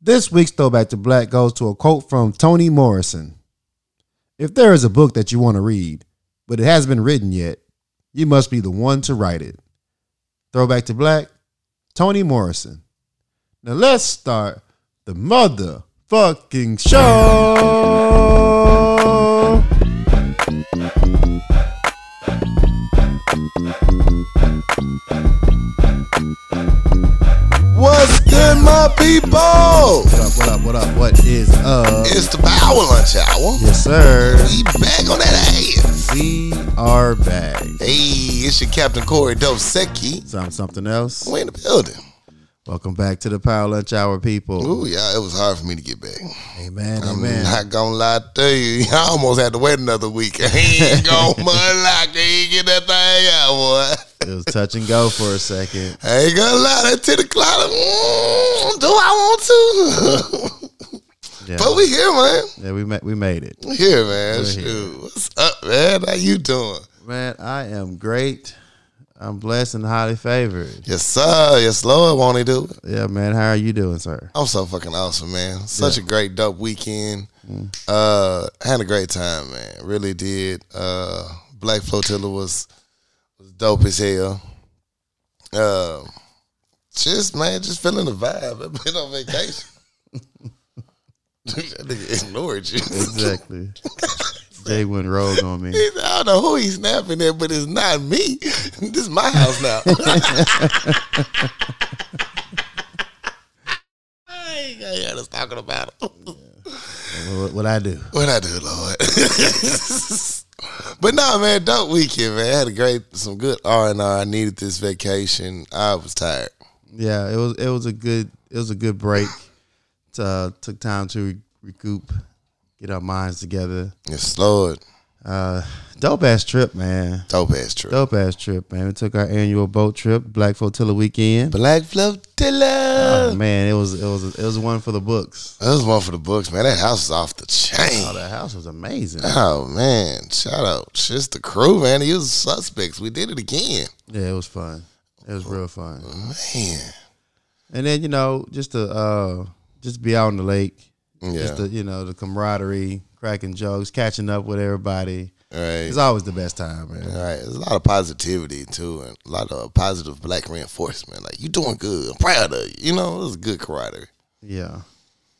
This week's Throwback to Black goes to a quote from Toni Morrison. If there is a book that you want to read, but it hasn't been written yet, you must be the one to write it. Throwback to Black, Toni Morrison. Now let's start the motherfucking show. What's good, my people? What up, what up, what up, what is up? It's the Power Lunch Hour. Yes, sir. We back on that ass. We are back. Hey, it's your Captain Corey Dovsecki. Sound something else? We in the building. Welcome back to the Power Lunch Hour, people. Ooh, yeah, it was hard for me to get back. Amen, I'm amen. not gonna lie to you. I almost had to wait another week. I ain't gonna lie, I ain't get that thing out, boy. It was touch and go for a second. I ain't gonna lie, that 10 o'clock, mm, do I want to? Yeah, but we here, man. yeah, we ma- we made it, We here, man. We're here. Shoot. What's up, man? How you doing? man. I am great. I'm blessed and highly favored. Yes, sir. Yes, Lord. Won't he do it? Yeah, man. How are you doing, sir? I'm so fucking awesome, man. Such a great dope weekend. Uh had a great time, man. Really did. Uh Black Flotilla was was dope as hell. Uh, just man, just feeling the vibe. I've been on vacation. that nigga ignored you. Exactly. Jay went rogue on me. He- I don't know who he's snapping at, but it's not me. this is my house now. I ain't got us talking about him. What, what I do? What I do, Lord. but no, man, dope weekend, man. I had a great, some good R and R. I needed this vacation. I was tired. Yeah, it was it was a good it was a good break. To, uh, took time to re- recoup, get our minds together. Yes, Lord. Uh, dope ass trip, man. Dope ass trip. Dope ass trip, man. We took our annual boat trip, Black Flotilla weekend. Black Flotilla. Oh, man, it was it was it was one for the books. that was one for the books, man. That house is off the chain. Oh, the house was amazing. Oh man, shout out. Just the crew, man. He was suspects. We did it again. Yeah, it was fun. It was real fun. Uh-huh. Man. And then you know, just to uh, just be out on the lake, Yeah. just the you know the camaraderie, cracking jokes, catching up with everybody. It's right. always the best time, man. All right. There's a lot of positivity too and a lot of positive black reinforcement. Like you doing good. I'm proud of you. You know, it was good karate. Yeah,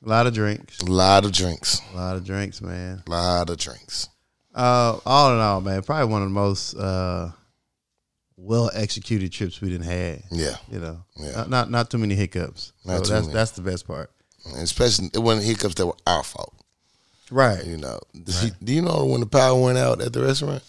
a lot of drinks, A lot of drinks. a lot of drinks, man. A lot of drinks. Uh, all in all, man, probably one of the most uh, well executed trips we didn't had. Yeah. You know, Yeah. not, not not too many hiccups. Not so too that's many. that's the best part. And especially it wasn't hiccups that were our fault. Right. You know. Do you know when the power went out at the restaurant?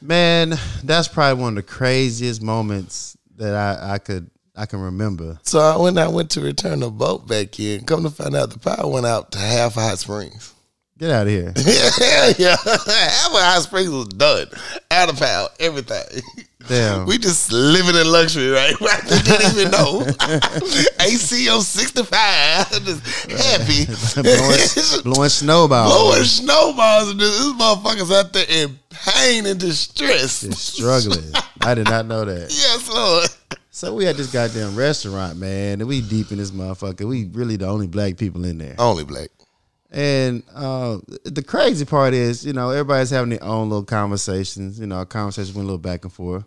Man, that's probably one of the craziest moments that I, I could I can remember. So I, when I went to return the boat back in, come to find out the power went out to half Hot Springs. Get out of here. yeah, yeah. Half of Hot Springs was done. Out of power, everything. Damn. We just living in luxury, right? I didn't even know. ACO 65, just happy. blowing, blowing snowballs. Blowing snowballs and this, this motherfuckers out there in pain and Just distress. Struggling. I did not know that. Yes, Lord. So we at this goddamn restaurant, man, and we deep in this motherfucker. We really the only black people in there. Only black. And uh, the crazy part is, you know, everybody's having their own little conversations. You know, our conversation went a little back and forth.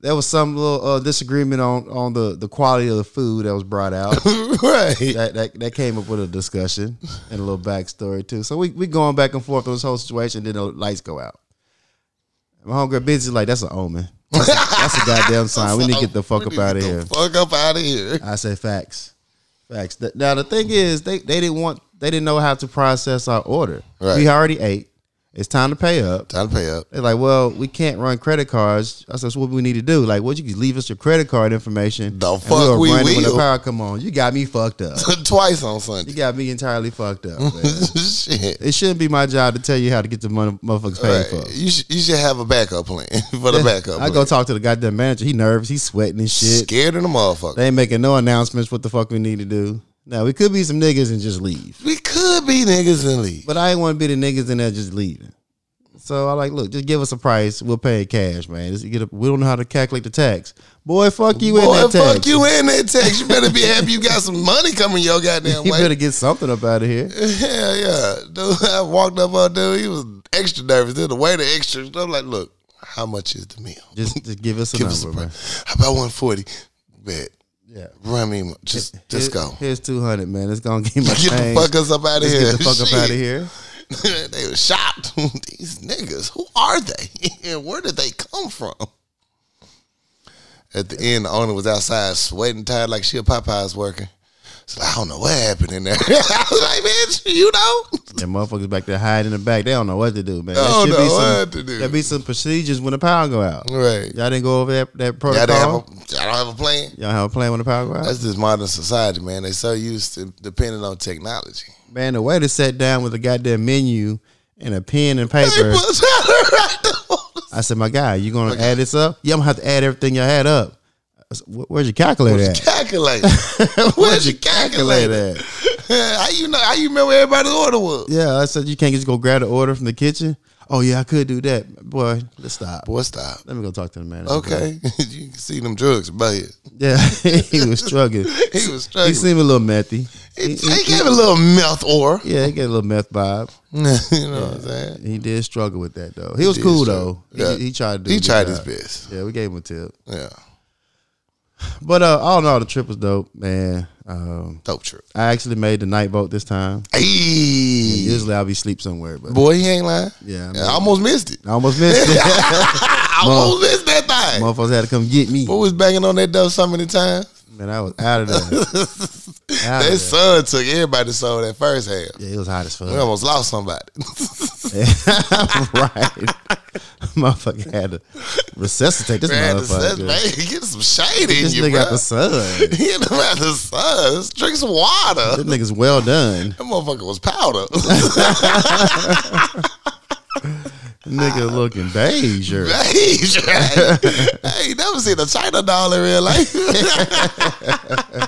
There was some little uh, disagreement on on the the quality of the food that was brought out. right. that, that that came up with a discussion and a little backstory too. So we we going back and forth on this whole situation. Then the lights go out. My homegirl Ben's like, "That's an omen. That's a, that's a goddamn sign. We need to get the fuck We up need to out of get here." the Fuck up out of here. I said, "Facts, facts." Th- Now the thing is, they they didn't want they didn't know how to process our order. Right. We already ate. It's time to pay up. Time to pay up. They're like, "Well, we can't run credit cards." I said, "So what we need to do? Like, what you can leave us your credit card information? The and fuck we'll we run it when the will. power come on. You got me fucked up." Twice on You Sunday. got me entirely fucked up. Man. Shit. it shouldn't be my job to tell you how to get the money, motherfuckers paid Right. for. You should you should have a backup plan for the backup. I plan. go talk to the goddamn manager. He nervous. He's sweating and shit. scared of the motherfucker. They ain't making no announcements. What the fuck we need to do? Now we could be some niggas and just leave, We could be niggas in league. but I ain't want to be the niggas in there just leaving. So I like, look, just give us a price. We'll pay it cash, man. Just get a, we don't know how to calculate the tax. Boy, fuck you in Boy, that tax. fuck you in that tax. You better be happy you got some money coming your goddamn You way. better get something up out of here. Yeah, yeah. Dude, I walked up on dude. He was extra nervous. Then the waiter extra. I'm like, look, how much is the meal? Just, just give us a Give us a number, man. price. How about one forty? Bet. Yeah. Run me. Just, Here- just go. Here's two hundred, man. It's gonna get my Get the change. fuck us up out of Let's here. Get the fuck up Shit. out of here. they were shocked. These niggas, who are they? And where did they come from? At the end, the owner was outside sweating, tired like she a Popeye's worker. So I don't know what happened in there. I was like, bitch, you know? And motherfuckers back there hiding in the back. They don't know what to do, man. There don't should know be some, what to do. There be some procedures when the power go out. Right. Y'all didn't go over that, that Y'all protocol. don't have a, y'all don't have a plan? Y'all have a plan when the power go out. That's just modern society, man. They so used to depending on technology. man, the waiter sat down with a goddamn menu and a pen and paper. I said, my guy, you gonna add this up? Yeah, I'm gonna have to add everything y'all had up. I said, "Where- where's your calculator at? Calculator. Where's your calculator? calculator at? how you know? How you remember everybody's order was? Yeah, I said you can't just go grab the order from the kitchen. Oh yeah, I could do that. Boy, let's stop. Boy, stop. Let me go talk to the manager. Okay, you can see them drugs, but Yeah, he was struggling. he was He struggling. seemed a little methy. He, he gave a little mouth or, Yeah, he got a little meth vibe. you know what I'm saying? He did struggle with that though. He was did cool struggle. though. Yeah. He, he tried to. Do a He good tried his job. best. Yeah, we gave him a tip. Yeah, But uh, all in all, the trip was dope, man. Um, dope trip. I actually made the night boat this time. Hey, Usually I'll be sleep somewhere, but boy, he ain't lying. yeah, I, mean, I almost missed it. I almost missed it. I almost missed that thing. Motherfuckers had to come get me. Boy was banging on that door so many times. Man, I was out of there. Out That of there. sun took everybody's soul that first half. Yeah, it was hot as fuck. We almost lost somebody. right. motherfucker had to resuscitate this Man, the sun- motherfucker. man, get some shade in This you, nigga bro. got the sun. Get him out the sun. Let's drink some This water. nigga's well done. That motherfucker was powder. Nigga looking beige. or- Beige, right? I ain't never seen a China doll in real life.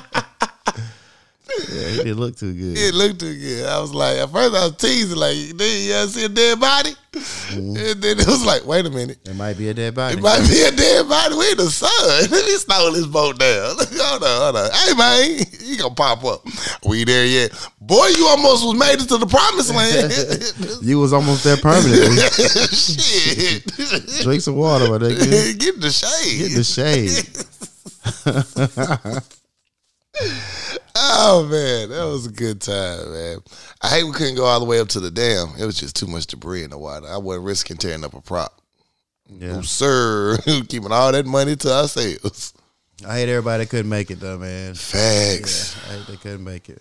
Yeah, he didn't look too good. it looked too good. I was like, at first I was teasing, like, "Nigga, you ever see a dead body? Mm-hmm. And then it was like, wait a minute. It might be a dead body. It might be a dead body. We in the sun. Let me slow this boat down. hold on, hold on. Hey, man, you gonna pop up. We there yet. Boy, you almost was made it to the promised land. You was almost there permanently. Shit. Drink some water, my nigga. Get in the shade. Get in the shade. Oh man, that was a good time, man. I hate we couldn't go all the way up to the dam. It was just too much debris in the water. I wasn't risking tearing up a prop. Yeah. No, sir, keeping all that money to ourselves. I hate everybody that couldn't make it though, man. Facts, I hate they couldn't make it.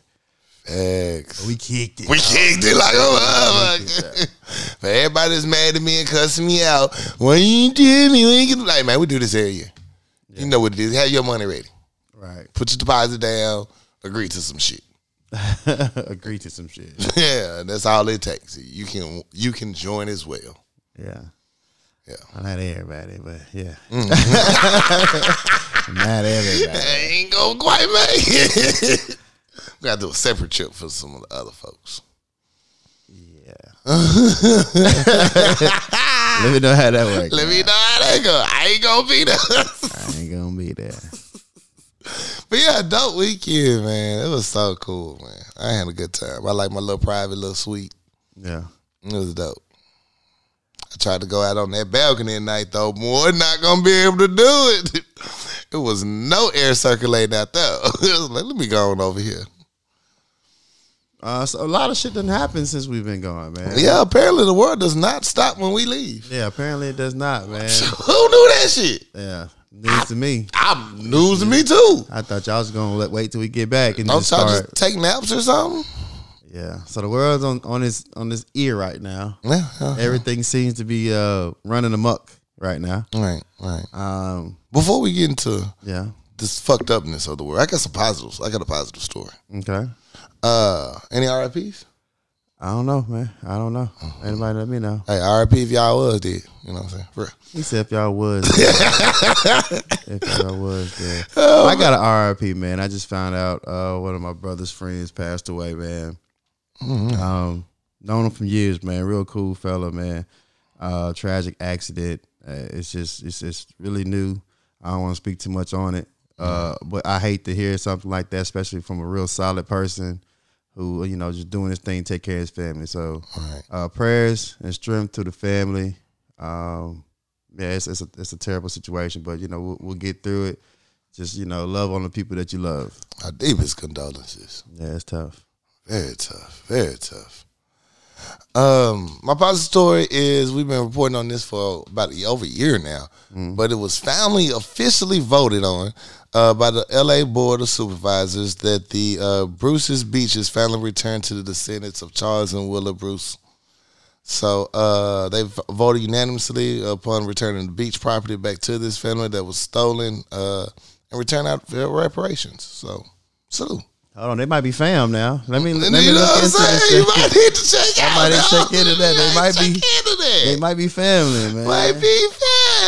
facts. We kicked it. We kicked it like a motherfucker. But everybody's mad at me and cussing me out. Why you ain't do me? Why you ain't get-" like man? We do this every year. You know what it is. Have your money ready. Right. Put your deposit down. Agree to some shit. Agree to some shit. yeah, that's all it takes. You can you can join as well. Yeah. Mm. Yeah. Not everybody, but yeah. Not everybody. I ain't gonna quite make it. we gotta do a separate trip for some of the other folks. Yeah. Let me know how that works. Let me know how that go. I ain't gonna be there. I ain't gonna be there. but yeah, dope weekend, man. It was so cool, man. I had a good time. I like my little private little suite. Yeah. It was dope. I tried to go out on that balcony at night though. Boy, not gonna be able to do it. It was no air circulating out there. It was like, let me go on over here. Uh, so a lot of shit done happened since we've been gone, man. Yeah, apparently the world does not stop when we leave. Yeah, apparently it does not, man. Who knew that shit? Yeah. News to me. I'm news to me too. I thought y'all was gonna let wait till we get back and Don't just y'all start. just take naps or something? Yeah. So the world's on on his on his ear right now. Yeah, yeah. Everything seems to be uh running amok right now. Right, right. Um. Before we get into Yeah. this fucked upness of the world, I got some positives. I got a positive story. Okay. Uh, any RIPs? I don't know, man. I don't know. Anybody let me know. Hey, RIP if y'all was dead. You know what I'm saying? For real. He said if y'all was, if y'all was, then I got an RIP, man. I just found out uh, one of my brother's friends passed away, man. Um, known him from years, man. Real cool fella, man. uh, tragic accident. Uh, it's just it's it's really new. I don't want to speak too much on it, uh, but I hate to hear something like that, especially from a real solid person who you know just doing his thing, take care of his family. So Right. uh, prayers and strength to the family. Um, yeah, it's it's a, it's a terrible situation, but you know we'll, we'll get through it. Just you know, love on the people that you love. Our deepest condolences. Yeah, it's tough. Very tough. Very tough. Um, my positive story is we've been reporting on this for about a, over a year now, but it was finally officially voted on uh, by the LA Board of Supervisors that the uh, Bruce's Beaches finally returned to the descendants of Charles and Willa Bruce. So uh, they v- voted unanimously upon returning the beach property back to this family that was stolen uh, and returned out for reparations. So, salute. Hold on, they might be fam now. Let me let And me you know look what I'm into this. saying? thing. You might need to check out. might need to dog. check into that. They You might be- check into that. They might be family, man. might be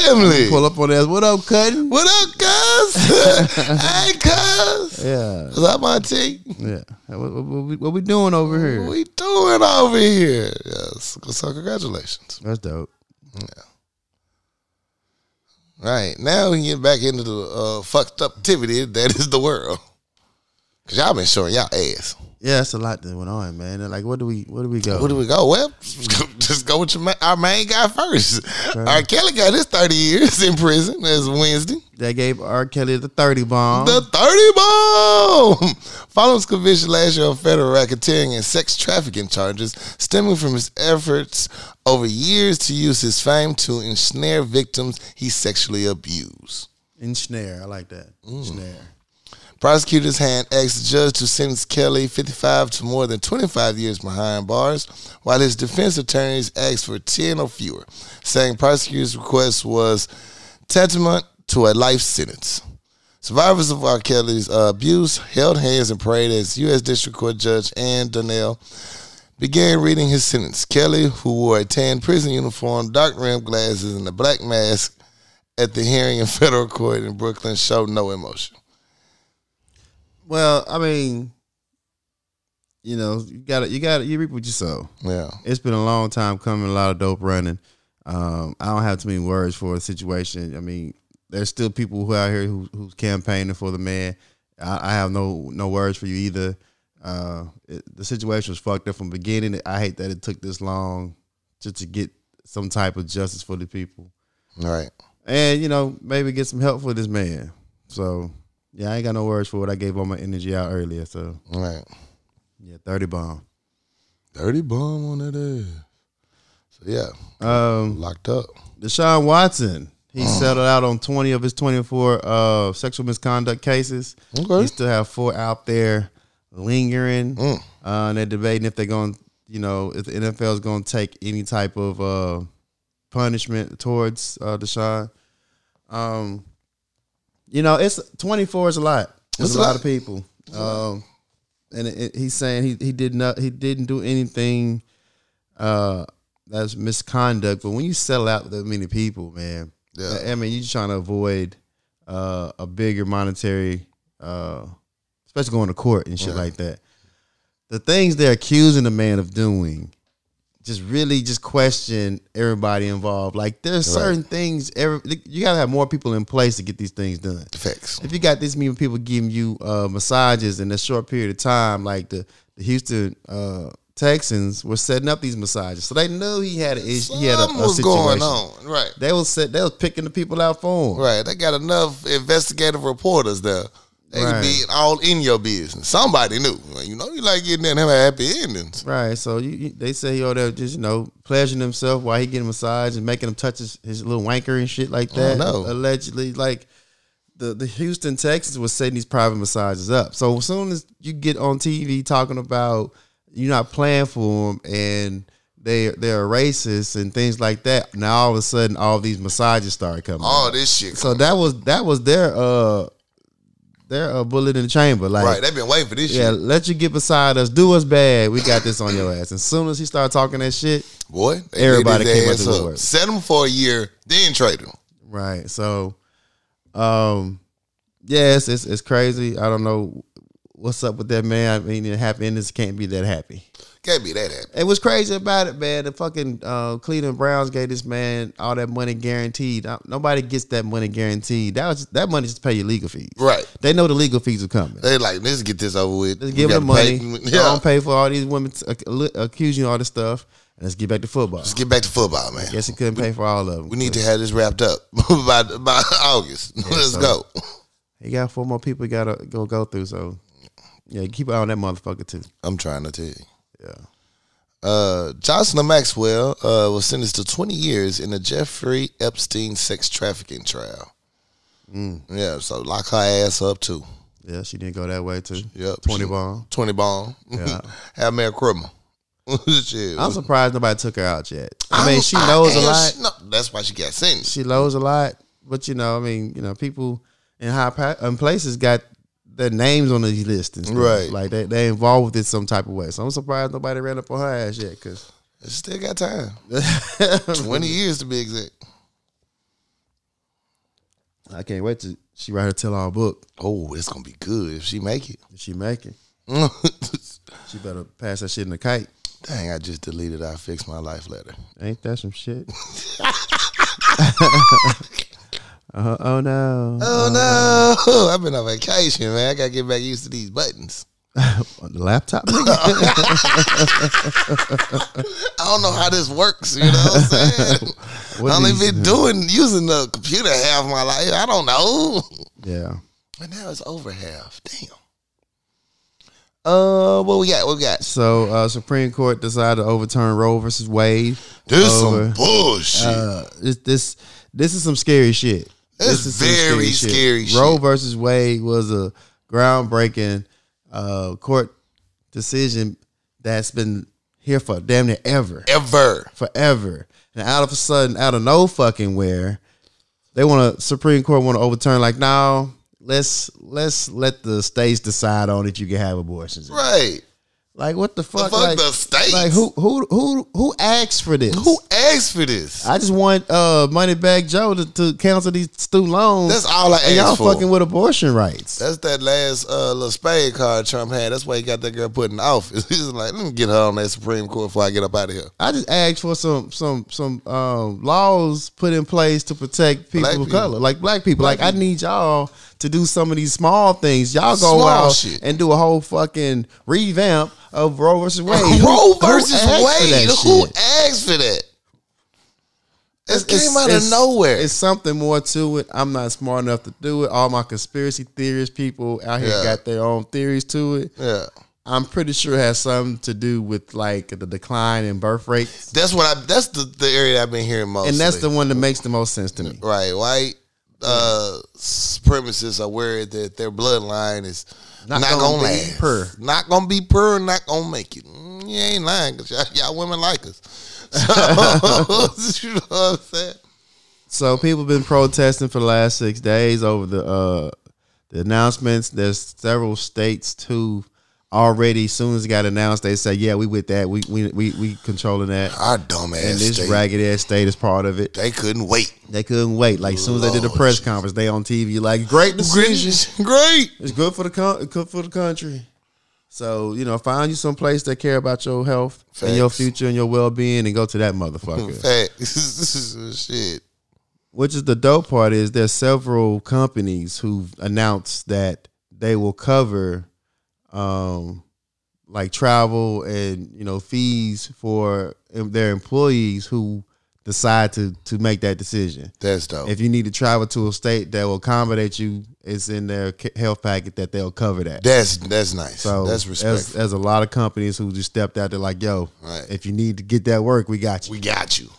family. Pull up on us. What up, Cutting? What up, cuz? hey, cuz. Yeah, What's up, Auntie? yeah. What, what, what we, what we doing over What here? we doing over here? Yes. So, congratulations. That's dope. Right. Now we get back into the uh, fucked up activity that is the world. Because y'all been showing y'all ass. Yeah, that's a lot that went on, man. And, Like, what do we, what do we go? Where do we go? Well, just go with your ma- our main guy first. Our Kelly got his 30 years in prison. That's Wednesday. They gave R. Kelly the thirty bomb. The 30 bomb! Following his conviction last year on federal racketeering and sex trafficking charges, stemming from his efforts over years to use his fame to ensnare victims he sexually abused. and snare, I like that. Mm. Snare. Prosecutors had asked the judge to sentence Kelly, 55, to more than 25 years behind bars, while his defense attorneys asked for 10 or fewer, saying prosecutors' request was tantamount to a life sentence. Survivors of R. Kelly's uh, abuse held hands and prayed as U.S. District Court Judge Ann Donnell began reading his sentence. Kelly, who wore a tan prison uniform, dark rimmed glasses, and a black mask at the hearing in federal court in Brooklyn, showed no emotion. Well, I mean, you know, you got to You got to You reap what you sow. Yeah. It's been a long time coming. A lot of dope running. Um, I don't have too many words for the situation. I mean, there's still people who out here who, who's campaigning for the man. I, I have no no words for you either. Uh, it, the situation was fucked up from the beginning. I hate that it took this long just to get some type of justice for the people. All right. and you know maybe get some help for this man. So yeah, I ain't got no words for it. I gave all my energy out earlier. So All right. yeah, thirty bomb. Dirty bomb on that ass. So yeah, Um, locked up. Deshaun Watson, he settled out on twenty of his twenty-four uh, sexual misconduct cases. Okay. He still have four out there lingering, Mm. uh, and they're debating if they're going, to you know, if the NFL is going to take any type of uh, punishment towards uh, Deshaun. Um, you know, it's twenty-four is a lot. It's, It's a a lot, lot. of people. Um, and it, it- he's saying he he did not he didn't do anything uh that's misconduct. But when you sell out that many people, man, Yeah. I mean, you're just trying to avoid uh, a bigger monetary, uh, especially going to court and shit like that. The things they're accusing the man of doing just really just question everybody involved. Like there's certain things every, you gotta have more people in place to get these things done. Facts. If you got this many people giving you uh, massages in a short period of time, like the, the Houston uh, Texans were setting up these massages, so they knew he had an issue. He had a, a Something was situation. going on. Right. They was set. They was picking the people out for him. Right. They got enough investigative reporters there. They Right. could be all in your business. Somebody knew. You know, you like getting that have happy endings. Right. So you, you- they say he over there just you know pleasuring himself while he getting massage and making him touch his, his little wanker and shit like that. no. Allegedly, like the the Houston Texans was setting these private massages up. So as soon as you get on TV talking about you're not playing for them and they they're racist and things like that, now all of a sudden all these massages start coming. out. All this shit. So that was that was their uh their uh, bullet in the chamber. Like right. They've been waiting for this yeah, shit. let you get beside us. Do us bad. We got this on your ass. And soon as he started talking that shit, Boy, they Everybody lit his came out ass the up. woodwork. Set him for a year, then trade him. right? So, um, yes, it's it's crazy. I don't know what's up with that man? I mean, happiness can't be that happy. Can't be that happy. It was crazy about it, man. The fucking uh, Cleveland Browns gave this man all that money guaranteed. Uh, Nobody gets that money guaranteed. That was that money just to pay your legal fees. Right. They know the legal fees are coming. They like, let's get this over with. Let's We give them the gotta money. pay- Don't Yeah. pay for all these women to accu- accuse you of all this stuff. And let's get back to football. Let's get back to football, man. Guess he couldn't pay for all of them. We need to have this wrapped up by by August. let's so- go. He got four more people he gotta go go through. So yeah, keep an eye on that motherfucker too. I'm trying to tell you. Yeah. Uh, Jocelyn Maxwell uh, was sentenced to 20 years in the Jeffrey Epstein sex trafficking trial. Yeah, so lock her ass up too. Yeah, she didn't go that way too. Yep, Twenty she- ball. 20 bomb. Yeah. have Mayor Criminal. Shit. I'm surprised nobody took her out yet. I mean, she I- knows a and lot. she- no, that's why she got sentenced. she lows a lot, but you know, I mean, you know, people in high pa- in places got their names on these lists, and stuff. Right. Like they they involved with it some type of way. So I'm surprised nobody ran up on her ass yet, because She still got time. 20 years to be exact. I can't wait to she write her tell all book. Oh, it's going to be good if she make it. If she make it, Dang, she better pass that shit in the kite. I just deleted I Fix My Life letter. Ain't that some shit? uh, oh no! Oh, Uh-huh. no. I've been on vacation, man. I got to get back used to these buttons. On the laptop. nigga? I don't know how this works, you know what I'm saying? What I only these- uh, been doing, using the computer half my life. I don't know. yeah. And now it's over half. Damn. Uh, what we got? What we got? So uh, Supreme Court decided to overturn Roe versus Wade. This Over. some bullshit. Uh, this this this is some scary shit. That's this is some very scary shit. Roe versus Wade was a groundbreaking uh, court decision that's been here for damn near ever, Ever. forever. And out of a sudden, out of no fucking where, they want to Supreme Court want to overturn. Like, no, let's let's let the states decide on it. You can have abortions. Right. Like, what the fuck? Fuck like, the states. like who who who who asked for this? Who asked for this? I just want uh money back Joe to, to cancel these student loans. That's all I and y'all asked for. fucking with abortion rights. That's that last uh, little spade card Trump had. That's why he got that girl put in office. He's like, let me get her on that Supreme Court before I get up out of here. I just asked for some some some um, laws put in place to protect people Black of people. color, like black people. like I need y'all to do some of these small things. Y'all go Small out shit. and do a whole fucking revamp of Roe versus Wade. Who- Roe who versus asked for Wade. that Who shit? asked for that? It It's- came out of it's- nowhere. It's something more to it. I'm not smart enough to do it. All my conspiracy theorist people out here Yeah. got their own theories to it. yeah. I'm pretty sure it has something to do with like the decline in birth rates, That's what I. That's the, the area I've been hearing most. and that's the one that makes the most sense to me. right. White uh, supremacists are worried that their bloodline is Not not, gonna gonna, be last. pure. Not gonna be pure. Not gonna make it. Mm, You ain't lying because y'all, y'all women like us. So, you know what I'm saying? So people been protesting for the last six days over the uh, the announcements. There's several states too already. Soon as it got announced, they say, "Yeah, we with that. We we we, we controlling that." Our dumb And ass this state. ragged ass state is part of it. They couldn't wait. They couldn't wait. Like soon as they did the Lord press conference, they on TV like great decision. Great. It's good for the con- good for the country. So you know, find you some place that care about your health and your Facts. future and your well being, and go to that motherfucker. Facts. Shit. Which is the dope part is there's several companies who've announced that they will cover, um, like travel and you know fees for their employees who decide to to make that decision. That's dope. If you need to travel to a state that will accommodate you, it's in their ca- health packet that they'll cover that. that's that's nice. So that's There's, respectful. there's a lot of companies who just stepped out there like, yo, Right. if you need to get that work, we got you. We got you.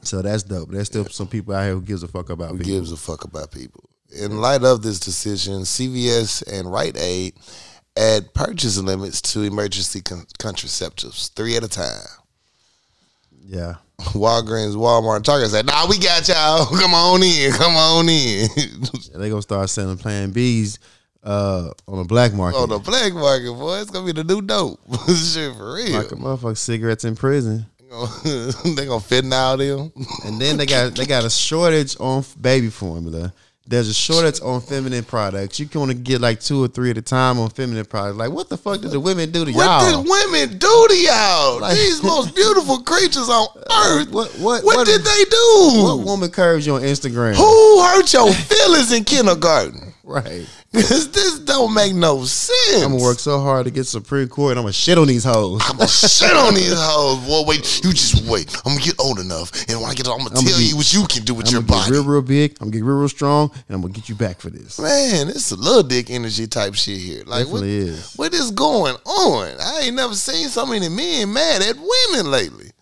so that's dope. There's still some people out here who gives a fuck about people. gives a fuck about people. In light of this decision, CVS and Rite Aid add purchase limits to emergency con- contraceptives, three at a time. Yeah. Walgreens, Walmart, and Target said, "Nah, we got y'all. Come on in. Come on in." And they gonna start selling plan B's uh, on the black market. On the black market, boy, it's gonna be the new dope. Shit for like a real. motherfucker cigarettes in prison. they gonna fit now them. And then they got they got a shortage on f- baby formula. There's a shortage on feminine products. You can only get like two or three at a time on feminine products. Like, what the fuck did the women do to What y'all? did women do to y'all? Like- These most beautiful creatures on earth. What- what- what, what- did they do? What woman curves you on Instagram? Who hurt your feelings in kindergarten? Right. Cause this don't make no sense. I'm gonna work so hard to get Supreme Court and I'm gonna shit on these hoes. I'm gonna shit on these hoes. Boy, wait, you just wait. I'm gonna get old enough, and when I get old, I'm gonna I'ma tell get- you what you can do with I'm your gonna get body. real, real big. I'm gonna get real, real strong, and I'm gonna get you back for this. Man, it's a little dick energy type shit here. Like what, Definitely is. what is going on? I ain't never seen so many men mad at women lately.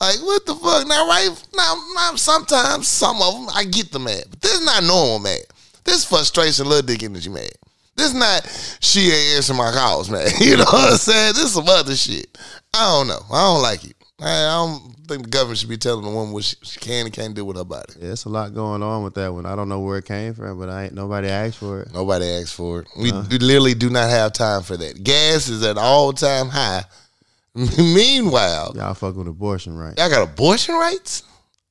Like what the fuck? Now right now, now sometimes some of them I get them mad, but this is not normal mad. This frustration, little dick energy mad. This not she ain't answering my calls, man. You know what I'm saying? This some other shit. I don't know. I don't like it. I, I don't think the government should be telling a woman what she, she can and can't do with her body. Yeah, it's a lot going on with that one. I don't know where it came from, but I ain't nobody asked for it. Nobody asked for it. We, we literally do not have time for that. Gas is at all time high. Meanwhile, Y'all fuck with abortion, right? y'all got abortion rights.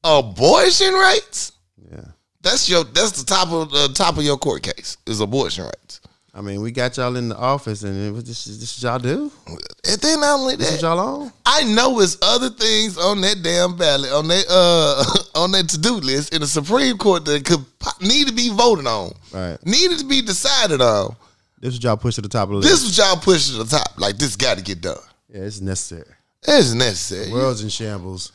Abortion rights. Yeah. That's your. That's the top of the top of your court case is abortion rights. I mean, we got y'all in the office, and it was this is this is y'all do? And then not only This is that, y'all on? I know it's other things on that damn ballot on that uh on that to do list in the Supreme Court that could po- need to be voted on, Right. needed to be decided on. This is y'all push to the top of the list. This was y'all pushing to the top. Like this got to get done. yeah, it's necessary. It's necessary. The world's in shambles.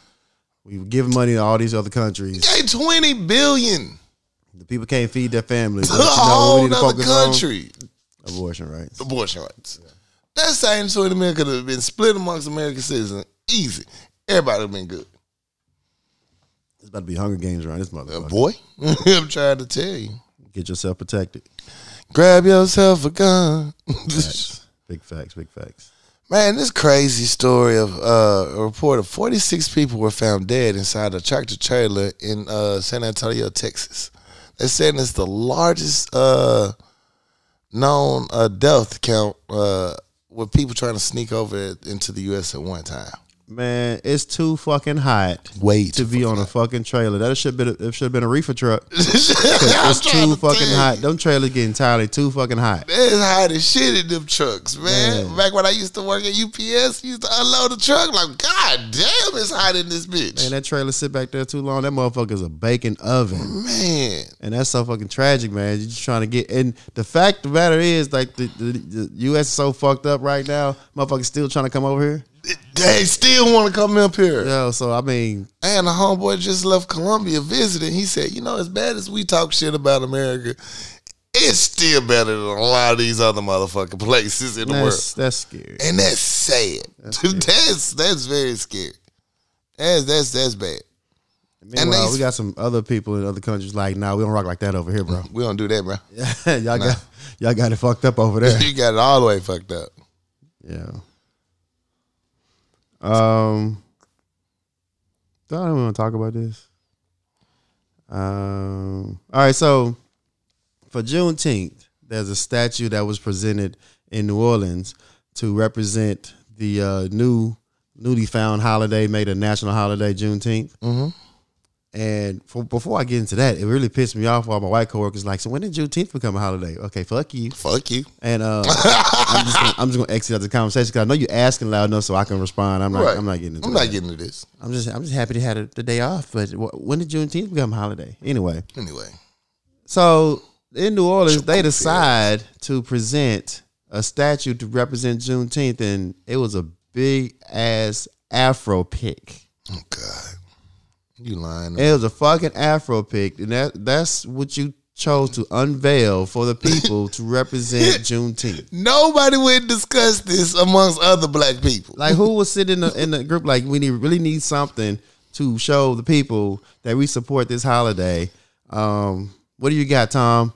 We give money to all these other countries. Hey, 20 billion The people can't feed their families. to a But you know what we need whole to other focus on? country. Abortion rights. Abortion rights. That same 20 million could have been split amongst American citizens. Easy. Everybody would have been good. It's about to be Hunger Games around this Uh, motherfucker. boy, I'm trying to tell you. Get yourself protected. Grab yourself a gun. Big facts, big facts. Man, this crazy story of uh, a report of 46 people were found dead inside a tractor trailer in uh, San Antonio, Texas. They're saying it's the largest uh, known uh, death count uh, with people trying to sneak over into the U.S. at one time. Man, it's too fucking hot Wait. to be on a fucking trailer. That should been a, it should have been a reefer truck. it's It's too fucking hot. Them trailers getting entirely too fucking hot. It's hot as shit in them trucks, man. Man. Back when I used to work at UPS, used to unload the truck. Like, God damn, it's hot in this bitch. And that trailer sit back there too long. That motherfucker's a baking oven. man. And that's so fucking tragic, man. You're just trying to get. And the fact of the matter is, like, the, the, the U.S. is so fucked up right now. Motherfuckers still trying to come over here. They still want to come up here. Yo, so, I mean, And a homeboy just left Colombia visiting. He said, you know, as bad as we talk shit about America, it's still better than a lot of these other motherfucking places in the world. that's, that's scary. And that's sad. That's that's, very scary. That's that's that's bad. Meanwhile, they- we got some other people in other countries like, nah, we don't rock like that over here, bro. We don't do that, bro. y'all, got, y'all got it fucked up over there. You got it all the way fucked up. Yeah. Um, do I want to talk about this? Um. All right. So for Juneteenth, there's a statue that was presented in New Orleans to represent the uh, new newly found holiday made a national holiday, Juneteenth. Mhm. And for, before I get into that, it really pissed me off. While my white coworkers like, so when did Juneteenth become a holiday? Okay, fuck you. Fuck you. And uh, I'm just gonna, I'm just gonna exit out the conversation because I know you're asking loud enough so I can respond. I'm not Right. I'm not getting into I'm that. not getting to this. I'm just I'm just happy to have the- the day off. But wh- when did Juneteenth become a holiday? Anyway, Anyway. so in New Orleans they decide to present a statue to represent Juneteenth, and it was a big ass Afro pick. Oh God. You lying. It was a fucking Afro pick, and that that's what you chose to unveil for the people to represent Juneteenth. Nobody would discuss this amongst other black people. Like who was sitting in the, in the group? Like we need really need something to show the people that we support this holiday. Um, what do you got, Tom?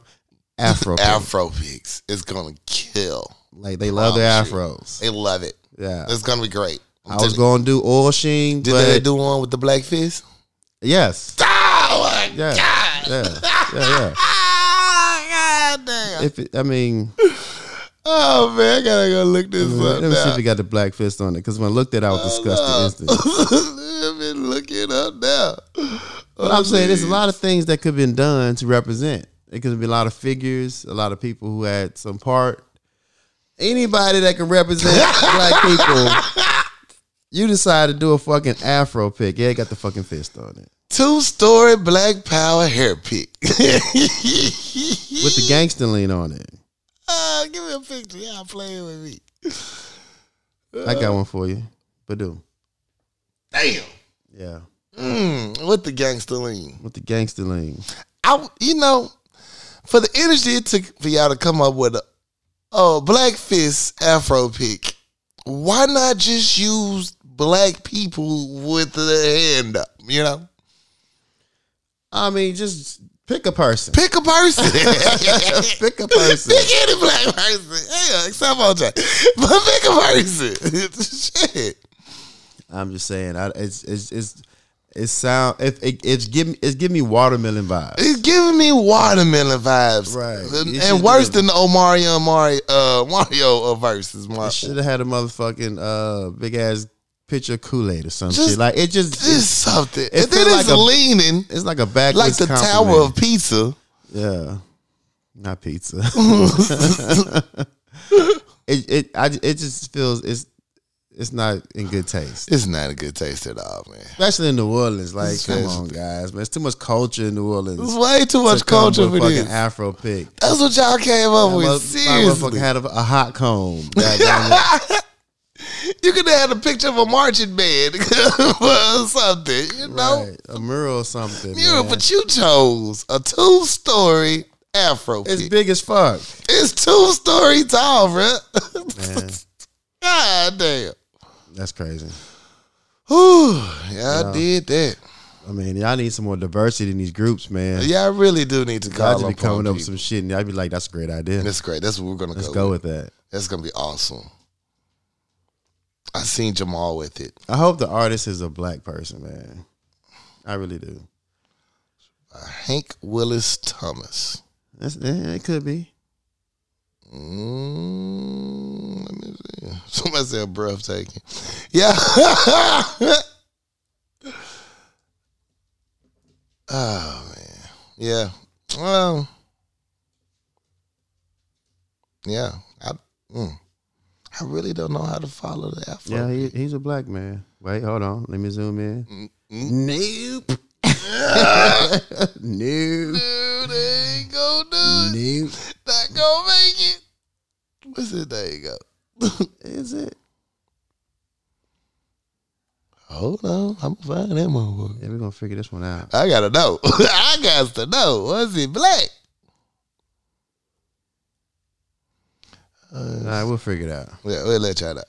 Afro. Afro pics is gonna kill. Like they love their Oh, shit. afros. They love it. Yeah. It's gonna be great. I was going to do oil sheen, Did but they do one with the black fist? yes, Oh my yeah, god! yeah, yeah, yeah. Ah, god damn! If it, I mean, Oh man, I gotta go look this up let me see if now. you got the black fist on it. Because when I looked at, it, I was disgusted instantly. Let me look it up now. Oh, But I'm saying there's a lot of things that could have been done to represent. It could be a lot of figures, a lot of people who had some part. Anybody that can represent black people. You decide to do a fucking afro pick. Yeah, it got the fucking fist on it. Two story black power hair pick. With the gangster lean on it. Uh, give me a picture. Y'all playing with me. I got one for you. Badu. Damn. Yeah. Mm, with the gangster lean. With the gangster lean. I, you know, for the energy it took for y'all to come up with a, a black fist afro pick, why not just use black people with the hand up? You know, I mean, just pick a person. pick a person. Pick a person. Pick any black person. uh, Yeah, except on Jack. But pick a person. Shit. I'm just saying, I, it's it's it's it sound if it, it's give me it's give me watermelon vibes. It's giving me watermelon vibes. Right. And, You and should worse do. than the Omari and Mario, uh, Mario uh, versus Mario. Should have had a motherfucking uh big ass picture of Kool Aid or some Just- shit. Like it just it's, Just something. it and then feel it's like a- leaning it's like a back like the Tower of Pizza. yeah, not pizza. it it I it just feels it's it's not in good taste. It's not a good taste at all, man. Especially in New Orleans, like It's come just- on, guys, man, it's too much culture in New It's Orleans. way too much to come culture with for fucking this. Afro pick. That's what y'all came up My with. motherfucker Seriously. had a, a hot comb. Goddamn it. you could have had a picture of a marching band or something, you know? Right, a mural or something. Mural, man. but you chose a two story afro. it's It's, big as fuck. it's two story tall, bro. God damn. That's crazy. Whew, y'all did that. I mean, y'all need some more diversity in these groups, man. Y'all really do need to Y'all call just be up coming up people. with some shit, and y'all be like, "That's a great idea. That's great. That's what we're gonna Let's go. go With. with that." That's gonna be awesome. I seen Jamal with it. I hope the artist is a black person, man. I really do. Uh, Hank Willis Thomas. That's, eh, it could be. Mm, let me see. Somebody said breathtaking. Yeah. oh man. Yeah. Um, Well. Yeah. I. mm. I really don't know how to follow the afro. Yeah, he, he's a black man. Wait, hold on. Let me zoom in. Nope. nope. Dude, they ain't gonna do it. Nope. Not gonna make it. What's it? There you go. Is it? Hold on, I'm gonna find that motherfucker. Yeah, we're gonna figure this one out. I gotta know. I got to know. Was he black? Uh, All right, we'll figure it out. Yeah, we'll let y'all know.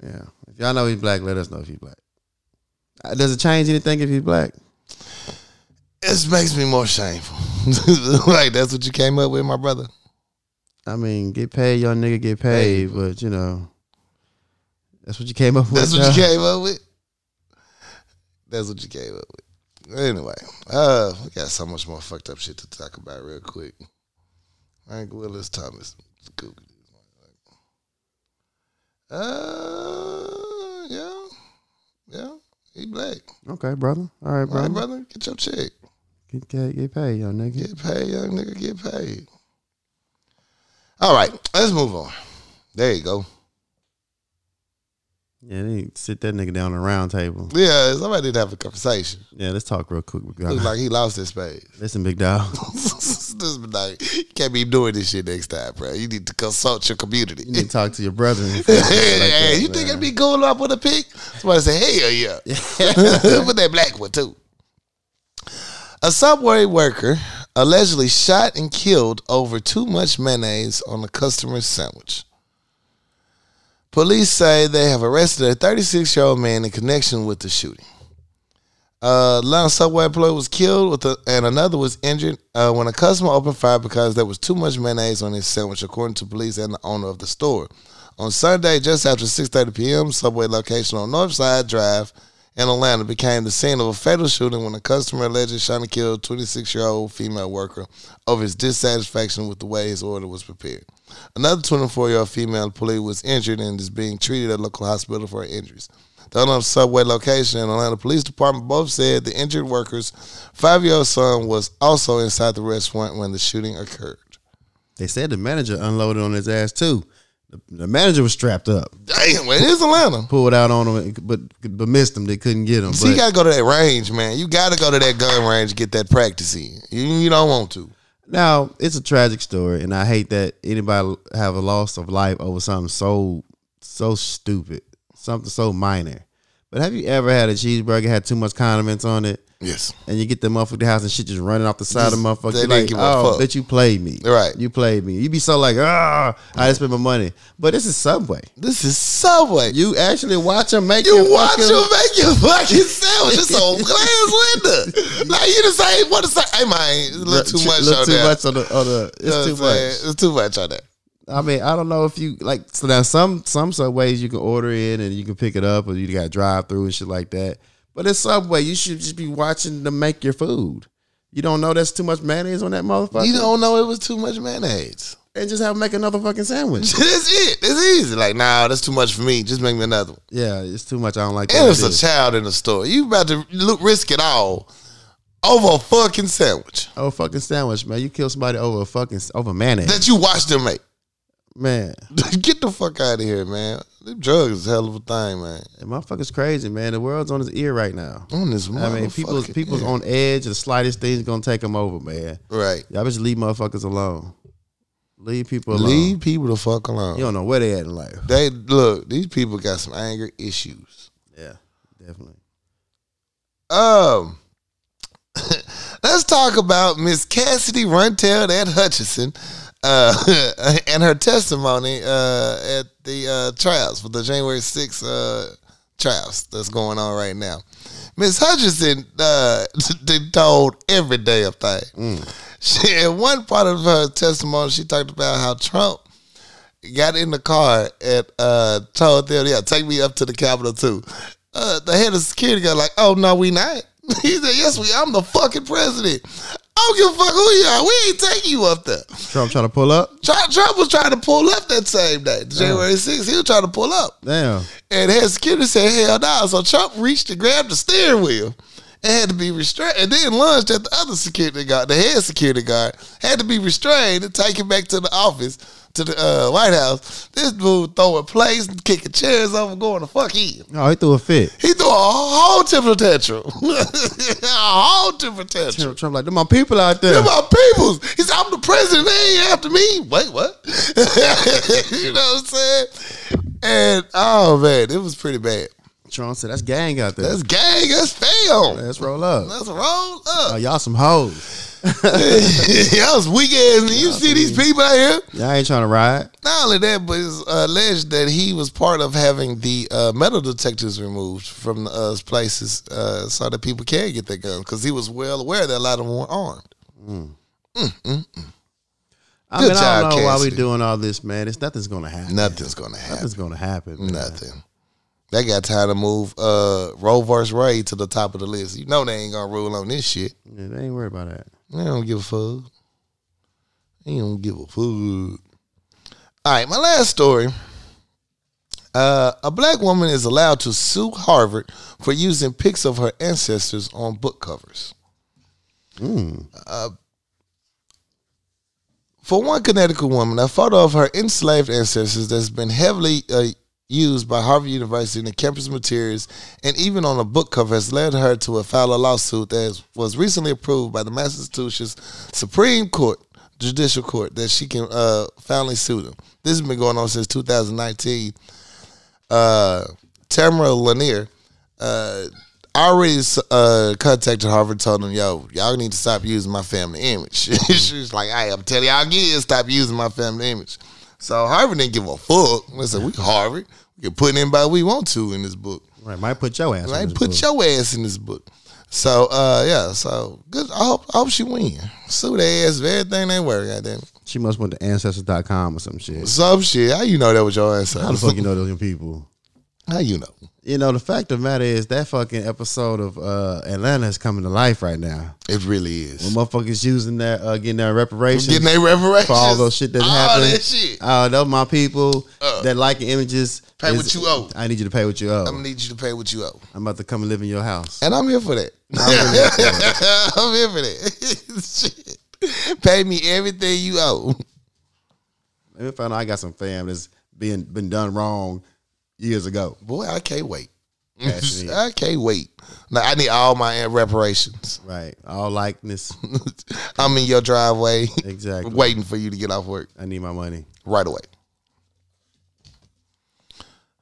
Yeah. If y'all know he's black, let us know if he's black. Uh, Does it change anything if he's black? This makes me more shameful. like that's what you came up with, my brother. I mean, get paid, y'all nigga get paid, but you know, that's what you came up with. That's what huh? you came up with. That's what you came up with. Anyway, uh, we got so much more fucked up shit to talk about real quick. Frank Willis Thomas. Let's Google this motherfucker. Uh, yeah, yeah, he black. Okay, brother. All right, All right, brother. brother, get your check. Get, get, get paid, y'all nigga. Get paid, young nigga. Get paid. All right, let's move on. There you go. Yeah, they sit that nigga down on a round table. Yeah, somebody did have a conversation. Yeah, let's talk real quick. Big dog. Looked like he lost his space. Listen, big dog. this be like, you can't be doing this shit next time, bro. You need to consult your community. You need to talk to your brother. and Hey, shit like that, you man. think I'd be going up with a pic? Somebody say, hell yeah. with that black one, too. A subway worker allegedly shot and killed over too much mayonnaise on a customer's sandwich. Police say they have arrested a 36 year old man in connection with the shooting. Uh, Atlanta subway employee was killed, with a, and another was injured uh, when a customer opened fire because there was too much mayonnaise on his sandwich, according to police and the owner of the store. On Sunday, just after 6:30 p.m., subway location on Northside Drive in Atlanta became the scene of a fatal shooting when a customer allegedly shot and killed 26-year-old female worker over his dissatisfaction with the way his order was prepared. Another 24-year-old female employee was injured and is being treated at a local hospital for her injuries. The Atlanta subway location and Atlanta Police Department both said the injured worker's five year old son was also inside the restaurant when the shooting occurred. They said the manager unloaded on his ass too. The, the manager was strapped up, Damn, well, it is Atlanta. pulled out on him, but but missed him. They couldn't get him. So you but- gotta go to that range, man. You gotta go to that gun range to get that practice in. You, you don't want to. Now it's a tragic story, and I hate that anybody have a loss of life over something so so stupid, something so minor. But have you ever had a cheeseburger had too much condiments on it, Yes. and you get the motherfucker to the house and shit just running off the side of the Just- motherfucker? they You're didn't like, give a oh, fuck." bitch, you played me. Right. You played me. You be so like, ah, I just spent my money. But this is Subway. This is Subway. You actually watch him make You your watch fucking- him make your fucking sandwich. It's on glass window. Now you just say what is that? Hey man, a little too much Little on too that. much on the, on the it's You know what too I'm saying? much. It's too much on that. I mean, I don't know if you like so now some some subways you can order it and you can pick it up or you got drive through and shit like that. But in Subway, you should just be watching them make your food. You don't know that's too much mayonnaise on that motherfucker. You don't know it was too much mayonnaise. and just have them make another fucking sandwich. That's it. It's easy. Like, nah, that's too much for me. Just make me another one. yeah, it's too much. I don't like that. And it's a dish. child in the store. You about to look, risk it all over a fucking sandwich oh fucking sandwich, man. You kill somebody over a fucking over mayonnaise, that you watched them make. man. Get the fuck out of here, man. Them drugs is a hell of a thing, man. That motherfucker's crazy, man. The world's on his ear right now. On this I mean, people's motherfucking- people's on edge. The slightest thing's gonna take them over, man. right. Y'all just leave motherfuckers alone. Leave people alone. Leave people the fuck alone. You don't know where they at in life. They look. These people got some anger issues. Yeah, definitely. Um, let's talk about Miss Cassidy Runtel at Hutchinson, uh, and her testimony uh, at the uh, trials for the January 6th uh, trials that's going on right now. Miss Hutchinson uh, they told every day of thing. She, in one part of her testimony, she talked about how Trump got in the car and uh, told them, "Yeah, take me up to the Capitol too." Uh, the head of security got like, "Oh no, we not." he said, "Yes, we. I'm the fucking president. I don't give a fuck who you are. We ain't taking you up there." Trump trying to pull up. Trump, Trump was trying to pull up that same day, January 6th. He was trying to pull up. Damn. And head security said, hell no. So Trump reached to grab the steering wheel and had to be restrained. And then lunged at the other security guard, the head security guard, had to be restrained and taken back to the office, to the uh, White House. This dude throwing plates and kicking chairs over, going to fuck in. Oh, he threw a fit. He threw a whole temper tantrum. a whole temper tantrum. Trump, Trump like, them my people out there. They're my peoples. He said, I'm the president. They ain't after me. Wait, what? you know what I'm saying? And oh man, it was pretty bad. Trump said, that's gang out there. That's gang. That's fail. Let's roll up. Let's roll Oh, up. y'all some hoes. Y'all was weak ass. Man. You see these people out here? Y'all ain't trying to ride. Not only that, but it's alleged that he was part of having the uh, metal detectors removed from uh, places uh, so that people can get their guns because he was well aware that a lot of them were armed. I Good mean, I job, don't know why we Cassidy. doing all this, man. It's nothing's gonna happen. Nothing's gonna happen. Nothing's gonna happen. man. Nothing. They got time to move uh, Roe vs. Ray to the top of the list. You know they ain't gonna rule on this shit. Yeah, they ain't worried about that. They don't give a fuck. They don't give a fuck. All right, my last story. Uh, a black woman is allowed to sue Harvard for using pics of her ancestors on book covers. Uh, for one Connecticut woman, a photo of her enslaved ancestors that's been heavily uh, used by Harvard University in the campus materials and even on a book cover has led her to a file a lawsuit that was recently approved by the Massachusetts Supreme Court Judicial Court that she can uh, finally sue them. This has been going on since 2019 uh, Tamara Lanier uh, already uh, contacted Harvard, told them, "Yo, y'all need to stop using my family image." Mm-hmm. She's like, "Hey, I'm telling y'all again, stop using my family image." So Harvard didn't give a fuck. Listen, we Harvard, we can put anybody we want to in this book. Right? Might put your ass. Like, on this put book. your ass in this book. So uh, yeah, so good. I hope, I hope she win. Sue their ass for everything they were. Goddamn, it. She must went to ancestors.com or some shit. some shit. How you know that was your How the ancestors? fuck you know those people? How you know? You know, the fact of the matter is that fucking episode of uh, Atlanta is coming to life right now. It really When is. motherfuckers using their uh, getting their reparations Getting their reparations for all those shit that all happened. that shit. Uh, those my people Uh, that liking images. pay what you owe. I need you to pay what you owe. I'm gonna need you to pay what you owe, I'm about to come and live in your house. and I'm here for that. I'm here for I'm here for that. shit. Pay me everything you owe. Let me find out I got some fam that's been been done wrong years ago. Boy, I can't wait. Cash it in. I can't wait. Now I need all my reparations. Right. All likeness. I'm in your driveway, Exactly. waiting for you to get off work I need my money. right away.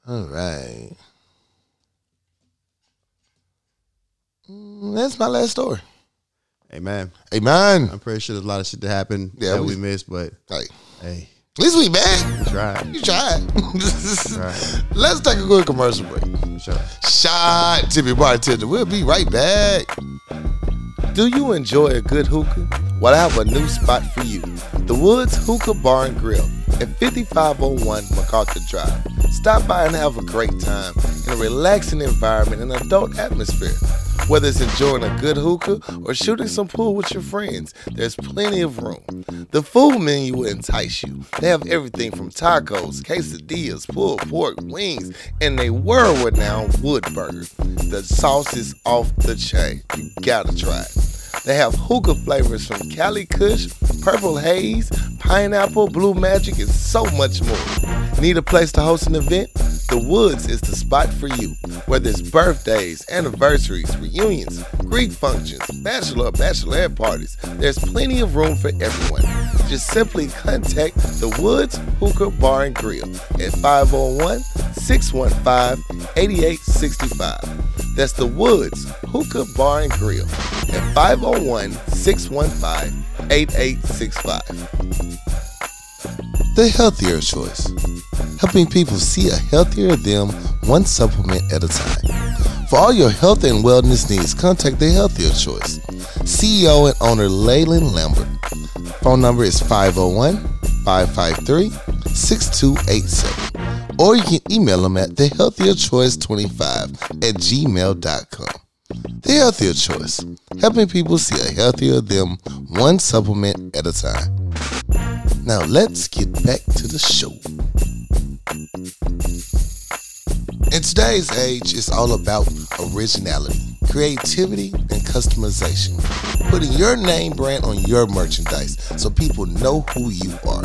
All right. Mm, That's my last story. Hey man, Hey man, I'm pretty sure there's a lot of shit that happened Yeah, that we- we missed, but hey, hey, at least we back. try. You tried. Right. Let's take a quick commercial break. Sure. Shot Tippy Bartender. We'll be right back. Do you enjoy a good hookah? Well, I have a new spot for you. The Woods Hookah Bar and Grill at 5501 MacArthur Drive. Stop by and have a great time in a relaxing environment and adult atmosphere. Whether it's enjoying a good hookah or shooting some pool with your friends, there's plenty of room. The food menu will entice you. They have everything from tacos, quesadillas, pulled pork, wings, and they were renowned wood burger. The sauce is off the chain. You gotta try it. They have hookah flavors from Cali Kush, Purple Haze, Pineapple, Blue Magic, and so much more. Need a place to host an event? The Woods is the spot for you. Whether it's birthdays, anniversaries, reunions, Greek functions, bachelor or bachelorette parties, there's plenty of room for everyone. Just simply contact the Woods Hookah Bar and Grill at 501 615 8865. That's the Woods Hookah Bar and Grill at 501 615 8865. The healthier choice, helping people see a healthier them one supplement at a time. For all your health and wellness needs, contact The Healthier Choice. CEO and owner Leyland Lambert. Phone number is 501 553 6287. Or you can email them at thehealthierchoice25 at gmail.com. The Healthier Choice, helping people see a healthier them one supplement at a time. Now let's get back to the show. In today's age, it's all about originality, creativity, and customization. Putting your name brand on your merchandise so people know who you are.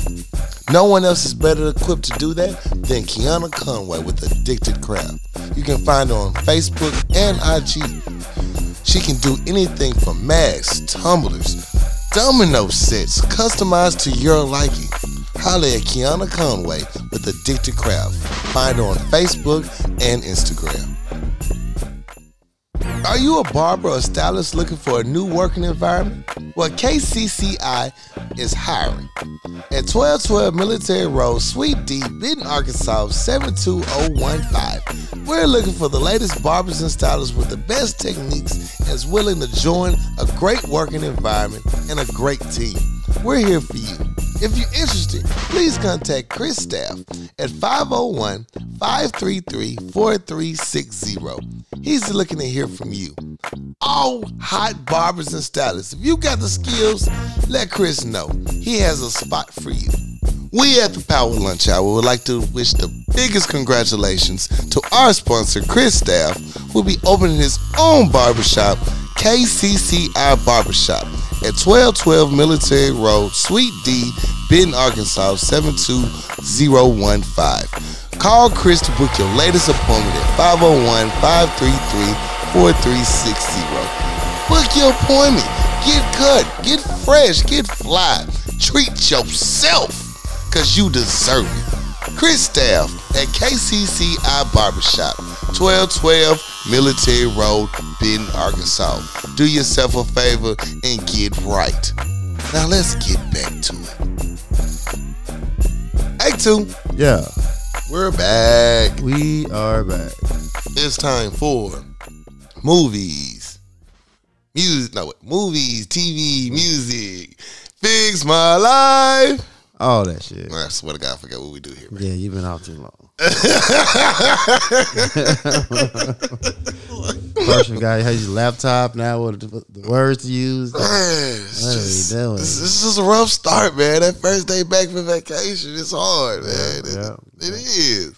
No one else is better equipped to do that than Kiana Conway with Addicted Craft. You can find her on Facebook and IG. She can do anything from masks, tumblers, domino sets, customized to your liking. Holla at Kiana Conway with Addicted Craft. Find her on Facebook and Instagram. Are you a barber or stylist looking for a new working environment? Well, KCCI is hiring at 1212 Military Road, Suite D, Benton, Arkansas, 72015. We're looking for the latest barbers and stylists with the best techniques and is willing to join a great working environment and a great team. We're here for you. If you're interested, please contact Chris Staff at 501 533 4360. He's looking to hear from you all hot barbers and stylists. If you got the skills, let Chris know. He has a spot for you. We at the Power Lunch Hour would like to wish the biggest congratulations to our sponsor, Chris Staff, who'll be opening his own barbershop, KCCI Barbershop, at 1212 Military Road, Suite D, Benton, Arkansas, 72015. Call Chris to book your latest appointment at 501 533 4360. Book your appointment. Get cut. Get fresh. Get fly. Treat yourself because you deserve it. Chris Staff at KCCI Barbershop, 1212 Military Road, Benton, Arkansas. Do yourself a favor and get right. Now let's get back to it. Act two, Yeah. we're back. We are back. It's time for movies, music. No, wait, movies, TV, music. Fix my life. All that shit. I swear to God, I forgot what we do here. Man. Yeah, you've been out too long. First guy has his laptop now. What are the the words to use? Man, it's What are we just- doing? This, this is just a rough start, man. That first day back from vacation, it's hard, man. It- yeah, it is.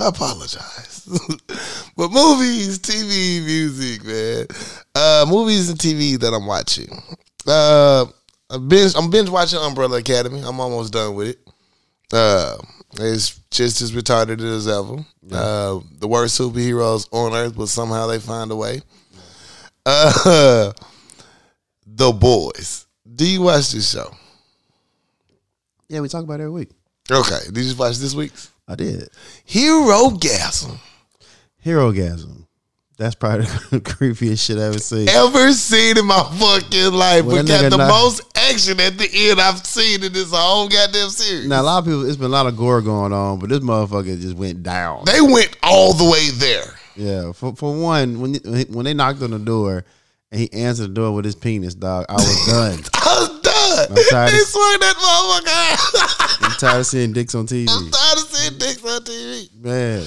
I apologize. but movies, TV, music, man. Uh, movies and TV that I'm watching. Uh, I'm binge, I'm binge watching Umbrella Academy. I'm almost done with it. Uh, it's just as retarded as ever. Uh, the worst superheroes on earth, but somehow they find a way. Uh, the Boys. Do you watch this show? Yeah, we talk about it every week. Okay. Did you watch this week's? I did. Hero Gasm. Hero gasm. That's probably the creepiest shit I ever seen. Ever seen in my fucking life, Well, but that got nigga the not- most action at the end I've seen in this whole goddamn series. Now a lot of people, it's been a lot of gore going on, but this motherfucker just went down. They went all the way there. Yeah, for for one, when when they knocked on the door and he answered the door with his penis, dog, I was done. I was done. I'm tired They of- swung that motherfucker out. I'm tired of seeing dicks on TV, I'm tired of seeing dicks on TV. man.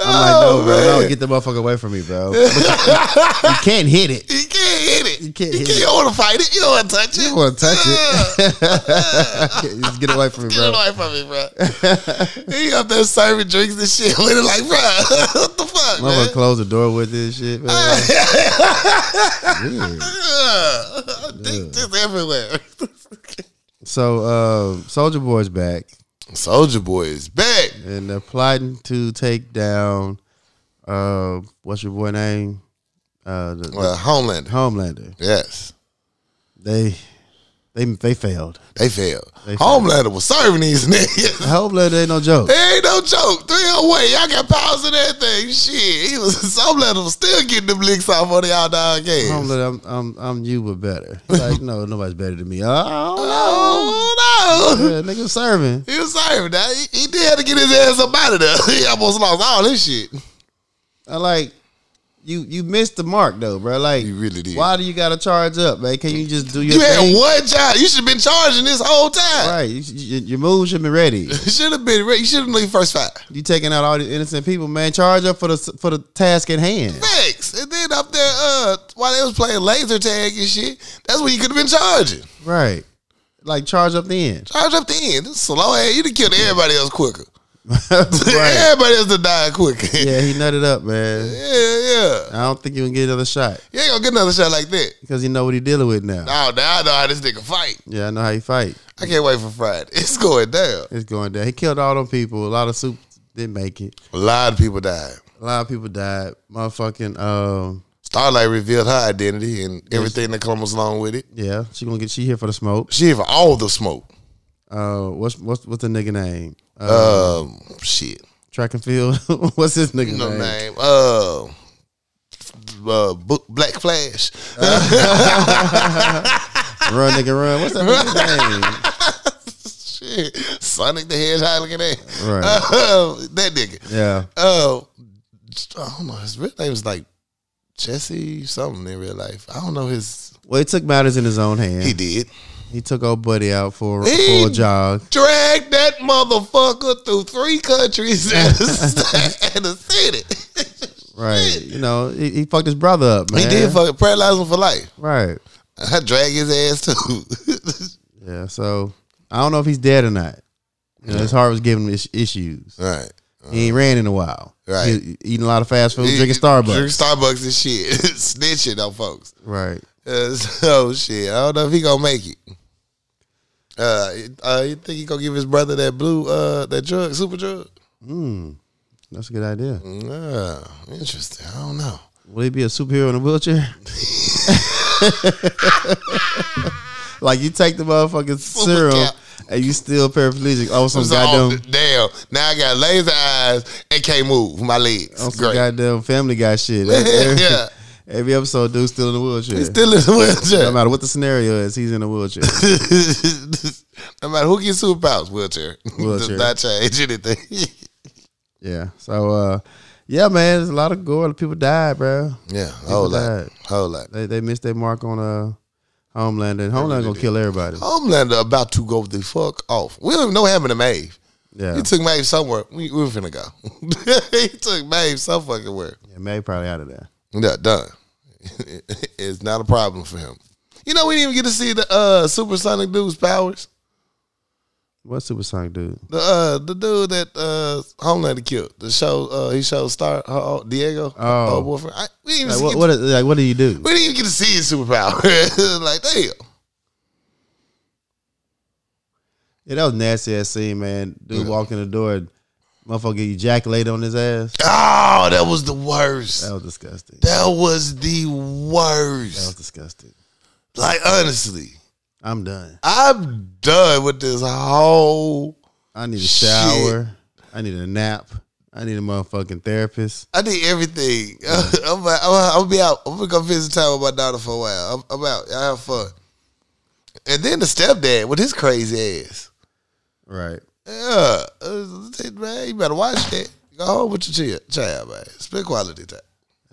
I'm Oh, like, no, bro, no, man. get the motherfucker away from me, bro. But you, you can't hit it. You can't hit it. You can't hit you it. don't want to fight it. You don't want to touch it. You want to touch it? Just get away from me, Get bro. away from me, bro. he up there serving drinks and shit with it like, bro, what the fuck, man? Motherfucker, close the door with this shit, Ah. man. Weird. Ugh. Dick just everywhere. So, uh, Soldier Boy's back. Soldier Boy is back. and they're plotting to take down uh what's your boy name uh the, Well, Homelander. Homelander. Yes. They they they failed. They failed. They failed. Homelander was serving these niggas. Homelander ain't no joke. It ain't no joke. Three oh way. Y'all got powers and everything. Shit. He was Homelander was still getting them licks off on y'all dog games. Homelander, I'm I'm I'm you but better. Like no, nobody's better than me. Oh Oh no. yeah, nigga serving. He was serving that. He, he did have to get his ass up out of there. He almost lost all this shit. I like you you missed the mark though, bro. Like You really did. Why do you gotta charge up, man? Can you just do your You thing? had one job. You should have been charging this whole time. Right, you, you, your move should be ready. You should have been ready. You should have known your first five. You taking out all these innocent people, man. Charge up for the for the task at hand. Facts. And then up there, uh, while they was playing laser tag and shit, that's when you could have been charging. Right. Like charge up the end. Charge up the end. This is slow ass. You'd have killed everybody else quicker. right. Everybody else to die quicker. Yeah, Yeah, he nutted up, man. yeah. I don't think he can get another shot You ain't gonna get another shot like that. because he know what he dealing with now. Oh, now I know how this nigga fight. Yeah, I know how he fight. I can't wait for Friday. It's going down. It's going down. He killed all them people. A lot of soup didn't make it. A lot of people died. A lot of people died. Motherfucking um Starlight revealed her identity and everything that comes along with it. yeah, she gonna get she here for the smoke. She for all the smoke. Uh what's what's what's the nigga name? Uh, Um, shit. track and field. what's his nigga No name? name. Uh, uh, Bu- Black Flash. Run nigga run. What's that nigga's name? Shit. Sonic the Hedgehog looking at Right. that nigga. Yeah. Oh, I don't know. His real name is like Jesse something in real life. I don't know his. Well, he took matters in his own hand. He He, did. took old buddy out for, He- for a jog. Drag that motherfucker through three countries and a, st- and a city. Right. You know, he, he fucked his brother up, man. He did fucking paralyze him for life. Right. I drag his ass too. Yeah. So I don't know if he's dead or not. You know, his heart was giving him is- issues. right. He ain't ran in a while. Right. He- eating a lot of fast food, drinking Starbucks. Drinking Starbucks and shit. Snitching on folks. Right. Uh, so shit. I don't know if he gonna make it. Uh, uh, you think he gonna give his brother that blue uh that drug, super drug? Hmm. That's a good idea. Nah, interesting. I don't know. Will he be a superhero in a wheelchair? like you take the motherfucking serum cap. and you still paraplegic. Oh, some So, oh, goddamn, damn. Now I got laser eyes and can't move my legs. on some Great. goddamn Family Guy shit. Every, yeah. every episode, dude's still in a wheelchair. Still in the no wheelchair. matter what the scenario is, he's in a wheelchair. no matter who gets superpowers, wheelchair. Wheelchair. Does not change anything. Yeah. So uh yeah, man, there's a lot of gore. People died, bro. yeah, whole lot. died. Whole lot. They they missed their mark on uh Homelander. And Homelander gonna kill everybody. Homelander about to go the fuck off. We don't even know what happened to Maeve. Yeah. He took Maeve somewhere. We, we were finna go. he took Maeve some fucking where. yeah, May probably out of there. Yeah, done. it's not a problem for him. You know, we didn't even get to see the uh, supersonic dude's powers. What supersonic dude? The uh, the dude that uh, Homelander killed. The show uh, he showed Star uh, Diego. Oh. uh, boyfriend. I, we didn't even Like what? see What? is- Like what do you do? We didn't even get to see his superpower. like damn. Yeah, that was a nasty ass scene, man. Dude walked in the door, and motherfucker ejaculated on his ass. Oh, that was the worst. That was disgusting. That That was the was worst. disgusting. Like honestly, I'm done. I'm done with this whole. I need a Shit. shower. I need a nap. I need a motherfucking therapist. I need everything. I'm, about, I'm, I'm gonna be out. I'm gonna go visit time with my daughter for a while. I'm, I'm out. Y'all have fun. And then the stepdad with his crazy ass. Right. Yeah, Uh, man, you better watch that. Go home with your chi- child, man. Spend quality time.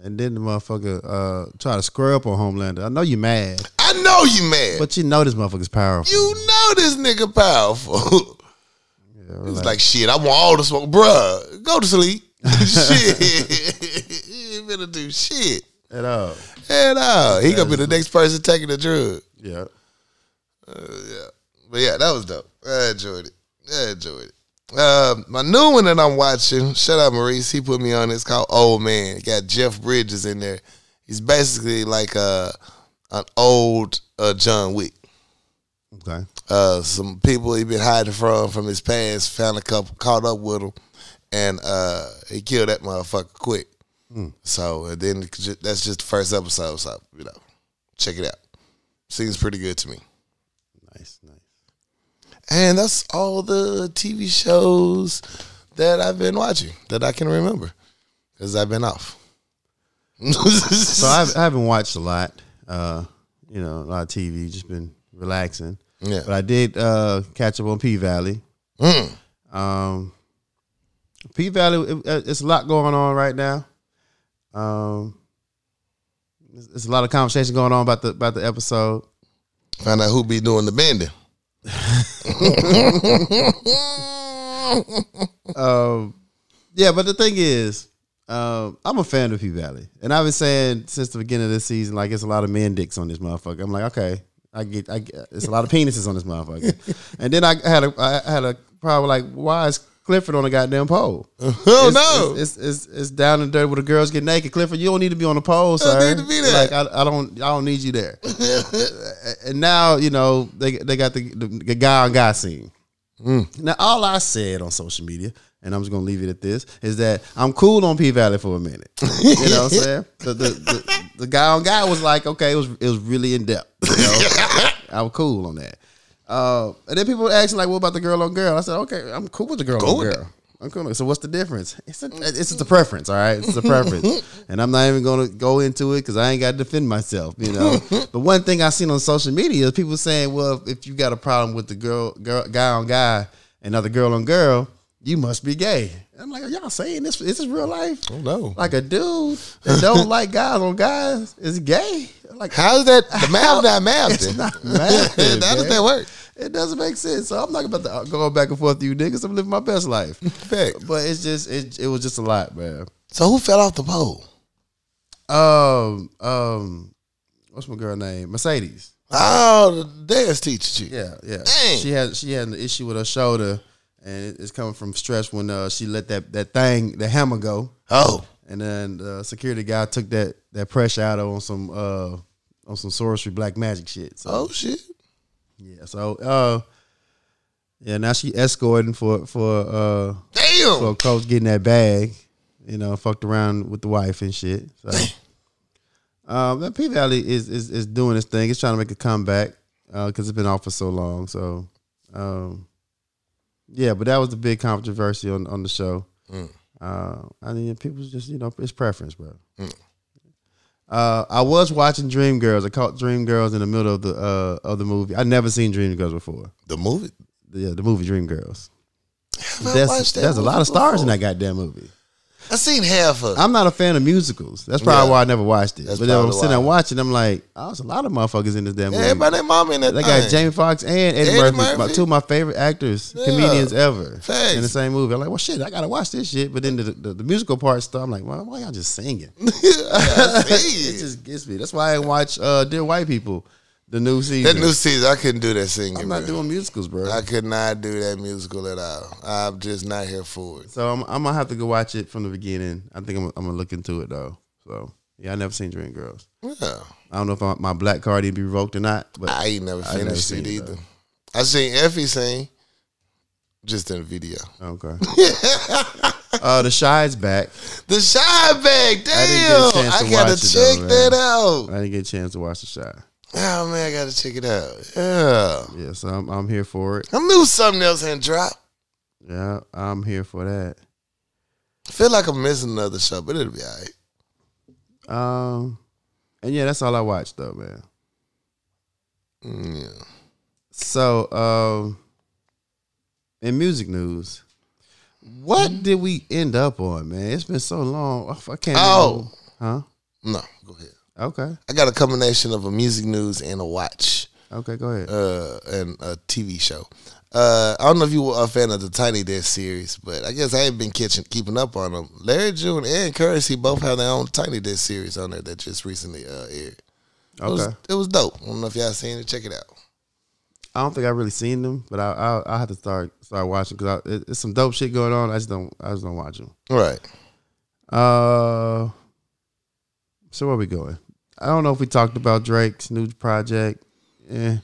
And then the motherfucker uh, try to square up on Homelander. I know you mad, I know you mad. but you know this motherfucker's powerful. you know this nigga powerful. Yeah, It's relax. like shit. I want all the smoke, bruh. Go to sleep. shit, you ain't gonna do shit. at all. Hell no, he gonna be the next person taking the drug. Yeah. But yeah, that was dope. I enjoyed it. I enjoyed it. Uh, my new one that I'm watching, shout out Maurice, he put me on. It's called Old Man. It got Jeff Bridges in there. He's basically like uh an old uh, John Wick. Okay. Uh, some people he been hiding from from his past found a couple, caught up with him, and uh, he killed that motherfucker quick. So and then it ju- that's just the first episode. So you know, check it out. Seems pretty good to me. Nice. Nice. And that's all the TV shows that I've been watching that I can remember because I've been off. So I've, I haven't watched a lot. Uh, you know, a lot of TV. Just been relaxing. Yeah. But I did uh, catch up on P Valley. Mm. Um, P Valley. It, it- it's a lot going on right now. Um, it's, it's a lot of conversation going on about the about the episode. Find out who be doing the bending. um, yeah, but the thing is, um, I'm a fan of P Valley, and I've been saying since the beginning of this season, like it's a lot of men dicks on this motherfucker. I'm like, okay, I get, I get it's a lot of penises on this motherfucker. and then I had a, I had a problem like, why is Clifford on a goddamn pole? Oh no! It's, it's it's it's down and dirty where the girls get naked. Clifford, you don't need to be on the pole, sir. need to be there. Like I, I don't I don't need you there. and now you know they they got the the, the guy on guy scene. Now all I said on social media, and I'm just gonna leave it at this, is that I'm cool on P Valley for a minute. You know what I'm saying? The, the, the, the guy on guy was like, okay, it was it was really in depth. you know? I'm cool on that. Uh, and then people were asking like, what about the girl on girl? I said, okay, I'm cool with the girl Cool on with girl. I'm cool. with it. So what's the difference? It's a, it's just a preference, all right. It's a preference, and I'm not even going to go into it because I ain't got to defend myself, you know. but one thing I seen on social media is people saying, "Well, if you got a problem with the girl, girl guy on guy, another girl on girl, you must be gay." And I'm like, "Are y'all saying this? Is this real life? Oh, no. Like a dude that don't like guys on guys is gay? Like How's that? The math not math. it's then. not mad, How does man. that work? It doesn't make sense. So I'm not about to go back and forth with you niggas. I'm living my best life. Fact. But it's just it, it was just a lot, man. So who fell off the pole? Um, um, what's my girl name? Mercedes. Oh, the dance teacher chick. Yeah, yeah. Dang. She had she had an issue with her shoulder, and it- it's coming from stress when uh, she let that that thing the hammer go, Oh, and then the security guy took that that pressure out of her on some uh on some sorcery black magic shit. So oh shit. yeah, so uh, yeah. Now she escorting for for uh Damn. for coach getting that bag, you know, fucked around with the wife and shit. So, um, that P Valley is, is is doing its thing. It's trying to make a comeback because it's been off for so long. So, um, yeah, but that was the big controversy on on the show. Mm. Uh, I mean, people's just you know, it's preference, bro. Mm. Uh, I was watching Dream Girls. I caught Dream Girls in the middle of the uh, of the movie. I never seen Dream Girls before. The movie. The, yeah, the movie Dream Girls. I That's, watched that there's a lot movie of stars in before. that goddamn movie. I seen half of. I'm not a fan of musicals. That's probably Yeah. why I never watched it. That's but then I'm probably sitting there why. watching. I'm like, oh, there's a lot of motherfuckers in this damn Yeah, movie. everybody, their mama in that. They got thing. Jamie Foxx and Eddie, Eddie Murphy, my- Murphy. two of my favorite actors, Yeah. comedians ever, Facts. in the same movie. I'm like, well, shit, I gotta watch this shit. But then the, the, the musical part stuff, I'm like, well, why y'all just singing? I see it it. just gets me. That's why I didn't watch uh, Dear White People, the new that season. new season, I couldn't do that singing. I'm not bruh. doing musicals, bro. I could not do that musical at all. I'm just not here for it. so I'm, I'm gonna have to go watch it from the beginning. I think I'm, I'm gonna look into it though. So yeah, I never seen Dream Girls. Yeah. I don't know if I, my black card didn't be revoked or not, but I ain't never never finished seen it it, either. I seen Effie sing, just in a video. okay. uh, the Shy's back. The Shy Bag, damn! didn't get a chance I, to gotta watch it, check though, man. that out. I didn't get a chance to watch the Shy. Oh man, I gotta check it out. Yeah, Yeah, so I'm, I'm here for it. I knew something else had dropped. Yeah, I'm here for that. I feel like I'm missing another show, but it'll be all right. Um, and yeah, that's all I watched though, man. Mm, yeah. So, um, in music news, what did we end up on, man? It's been so long. I f- I can't. Oh. remember. No, go ahead. huh? Okay, I got a combination of a music news and a watch, okay, go ahead. uh, and a TV show. Uh, I don't know if you were a fan of the Tiny Desk series, but I guess I ain't been catching, keeping up on them. Larry June and Currency both have their own Tiny Desk series on there that just recently uh, aired. It was, Okay, it was dope. I don't know if y'all seen it. Check it out. I don't think I really seen them, but I I'll, I'll have to start start watching because it, it's some dope shit going on. I just don't I just don't watch them. All right. Uh, so where we going? I don't know if we talked about Drake's new project. Eh, Yeah,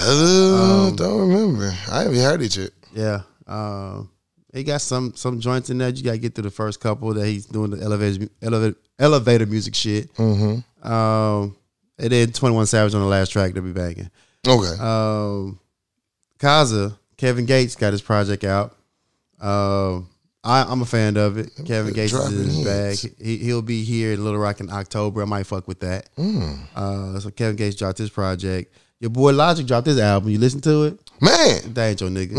Uh, Um, don't remember. I haven't heard it yet. yeah. Um, he got some some joints in there. You got to get through the first couple that he's doing the elevator elevator, elevator music shit. Mm-hmm. Um, and then Twenty One Savage on the last track to be banging. Okay. Um, Kaza Kevin Gates got his project out. Um, I, I'm a fan of it. Kevin Gates is in his dropping hits. bag. He, he'll be here at Little Rock in October. I might fuck with that. Mm. Uh, so Kevin Gates dropped his project. Your boy Logic dropped his album. You listen to it? Man. That ain't your nigga.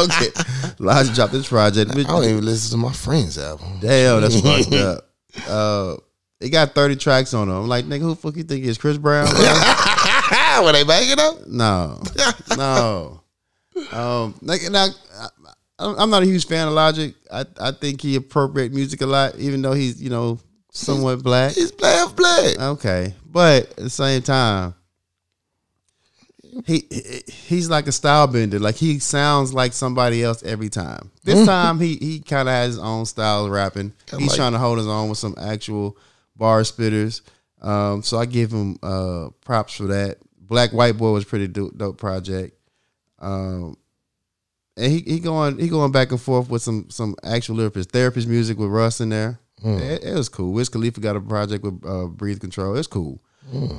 okay. Logic dropped this project. I don't even listen to my friend's album. Damn, that's fucked up. Uh, it got 30 tracks on it. I'm like, nigga, who the fuck you think is Chris Brown? bro? Were they banging up? no, no. Um, like, and I, I, I'm not a huge fan of Logic. I, I think he appropriate music a lot, even though he's, you know, somewhat black. He's black, black. Okay, but at the same time, he, he- he's like a style bender. Like he sounds like somebody else every time. This time he he kind of has his own style of rapping. he's like- trying to hold his own with some actual bar spitters. Um, so I give him uh, props for that. Black White Boy was pretty dope, dope project. Um, and he, he going he going back and forth with some some actual lyricist therapist music with Russ in there. It, it was cool. Wiz Khalifa got a project with uh, Breathe Control. It's cool.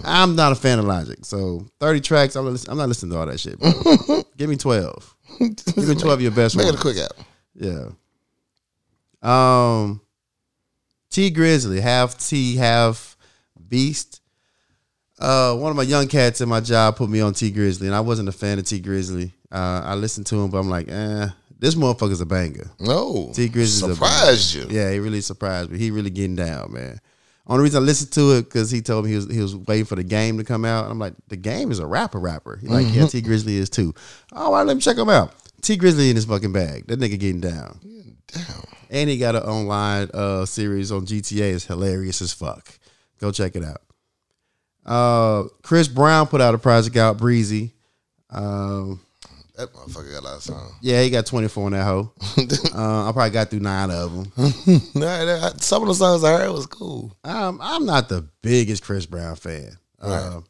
I'm not a fan of Logic, so 30 tracks. I'm not, listen- I'm not listening to all that shit. bro. Give me 12. Give me 12 of your best Make it a ones. quick album. Yeah. Um, T Grizzly, half T, half Beast. Uh, one of my young cats in my job put me on T Grizzly, and I wasn't a fan of T Grizzly. Uh, I listened to him, but I'm like, eh, this motherfucker's a banger. No. T Grizzly's a Surprised you. Yeah, he really surprised me. He really getting down, man. Only reason I listened to it because he told me he was he was waiting for the game to come out. I'm like, the game is a rapper, rapper. He like, yeah, T Grizzly is too. Oh, well, let me check him out. T Grizzly in his fucking bag. That nigga getting down. Damn. And he got an online uh, series on GTA. It's hilarious as fuck. Go check it out. Uh, Chris Brown put out a project out, Breezy. Um, That motherfucker got a lot of songs. yeah, he got 24 on that hoe. Uh, I probably got through nine of them. Nah, that- Some of the songs I heard was cool. Um, I'm not the biggest Chris Brown fan. Um,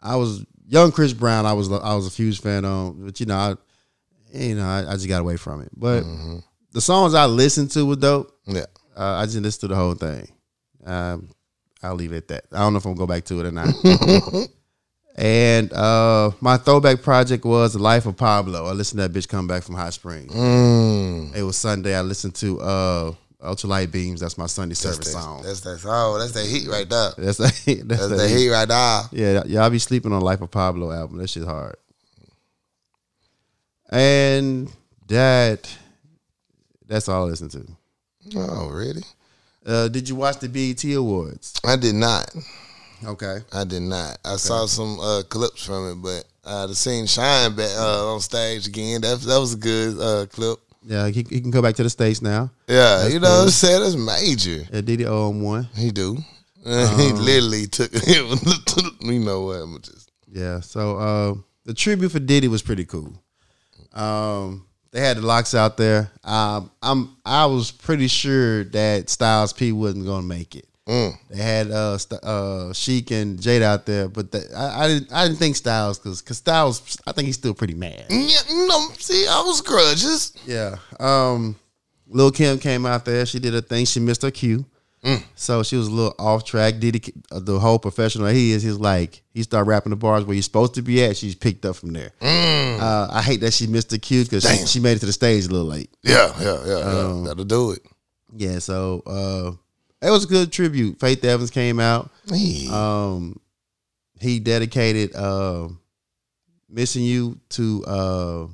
I was young Chris Brown. I was I was a huge fan of, but you know, I, you know, I, I just got away from it. But Mm-hmm. the songs I listened to were dope. Yeah. Uh, I just listened to the whole thing. Um, I'll leave it at that. I don't know if I'm gonna go back to it or not. and uh, my throwback project was The Life of Pablo. I listened to that bitch come back from Hot Springs. Mm. It was Sunday. I listened to uh, Ultralight Beams. That's my Sunday That's service that, song. That's that song. That's that heat right there. That's that's, That's the that heat right there. Yeah, y'all be sleeping on Life of Pablo album. That shit hard. And that that's all I listen to. Oh, really? Uh, did you watch the BET Awards? I did not. Okay. I did not. I saw some uh, clips from it, but uh, the scene Shine back uh, on stage again. That that was a good uh, clip. Yeah, he, he can go back to the states now. Yeah, you know what I'm saying? That's major. Uh, Diddy owe him one. He do. Uh-huh. he literally took him. you know what? I'm just Yeah. So uh, the tribute for Diddy was pretty cool. Um, they had the locks out there. Um, I'm I was pretty sure that Styles P wasn't gonna make it. They had uh, St- uh Sheik and Jade out there, but the, I, I didn't I didn't think Styles because Styles I think he's still pretty mad. yeah, no. See, I was grudges. Yeah. Um, Lil Kim came out there. She did a thing. She missed her cue. So she was a little off track. Did the whole professional he is? He's like he started rapping the bars where you're supposed to be at. She's picked up from there. Mm. Uh, I hate that she missed the cue because she, she made it to the stage a little late. Yeah, yeah, yeah. yeah. um, That'll do it. Yeah. So uh, it was a good tribute. Faith Evans came out. Hey. Um, he dedicated uh, "Missing You" to uh,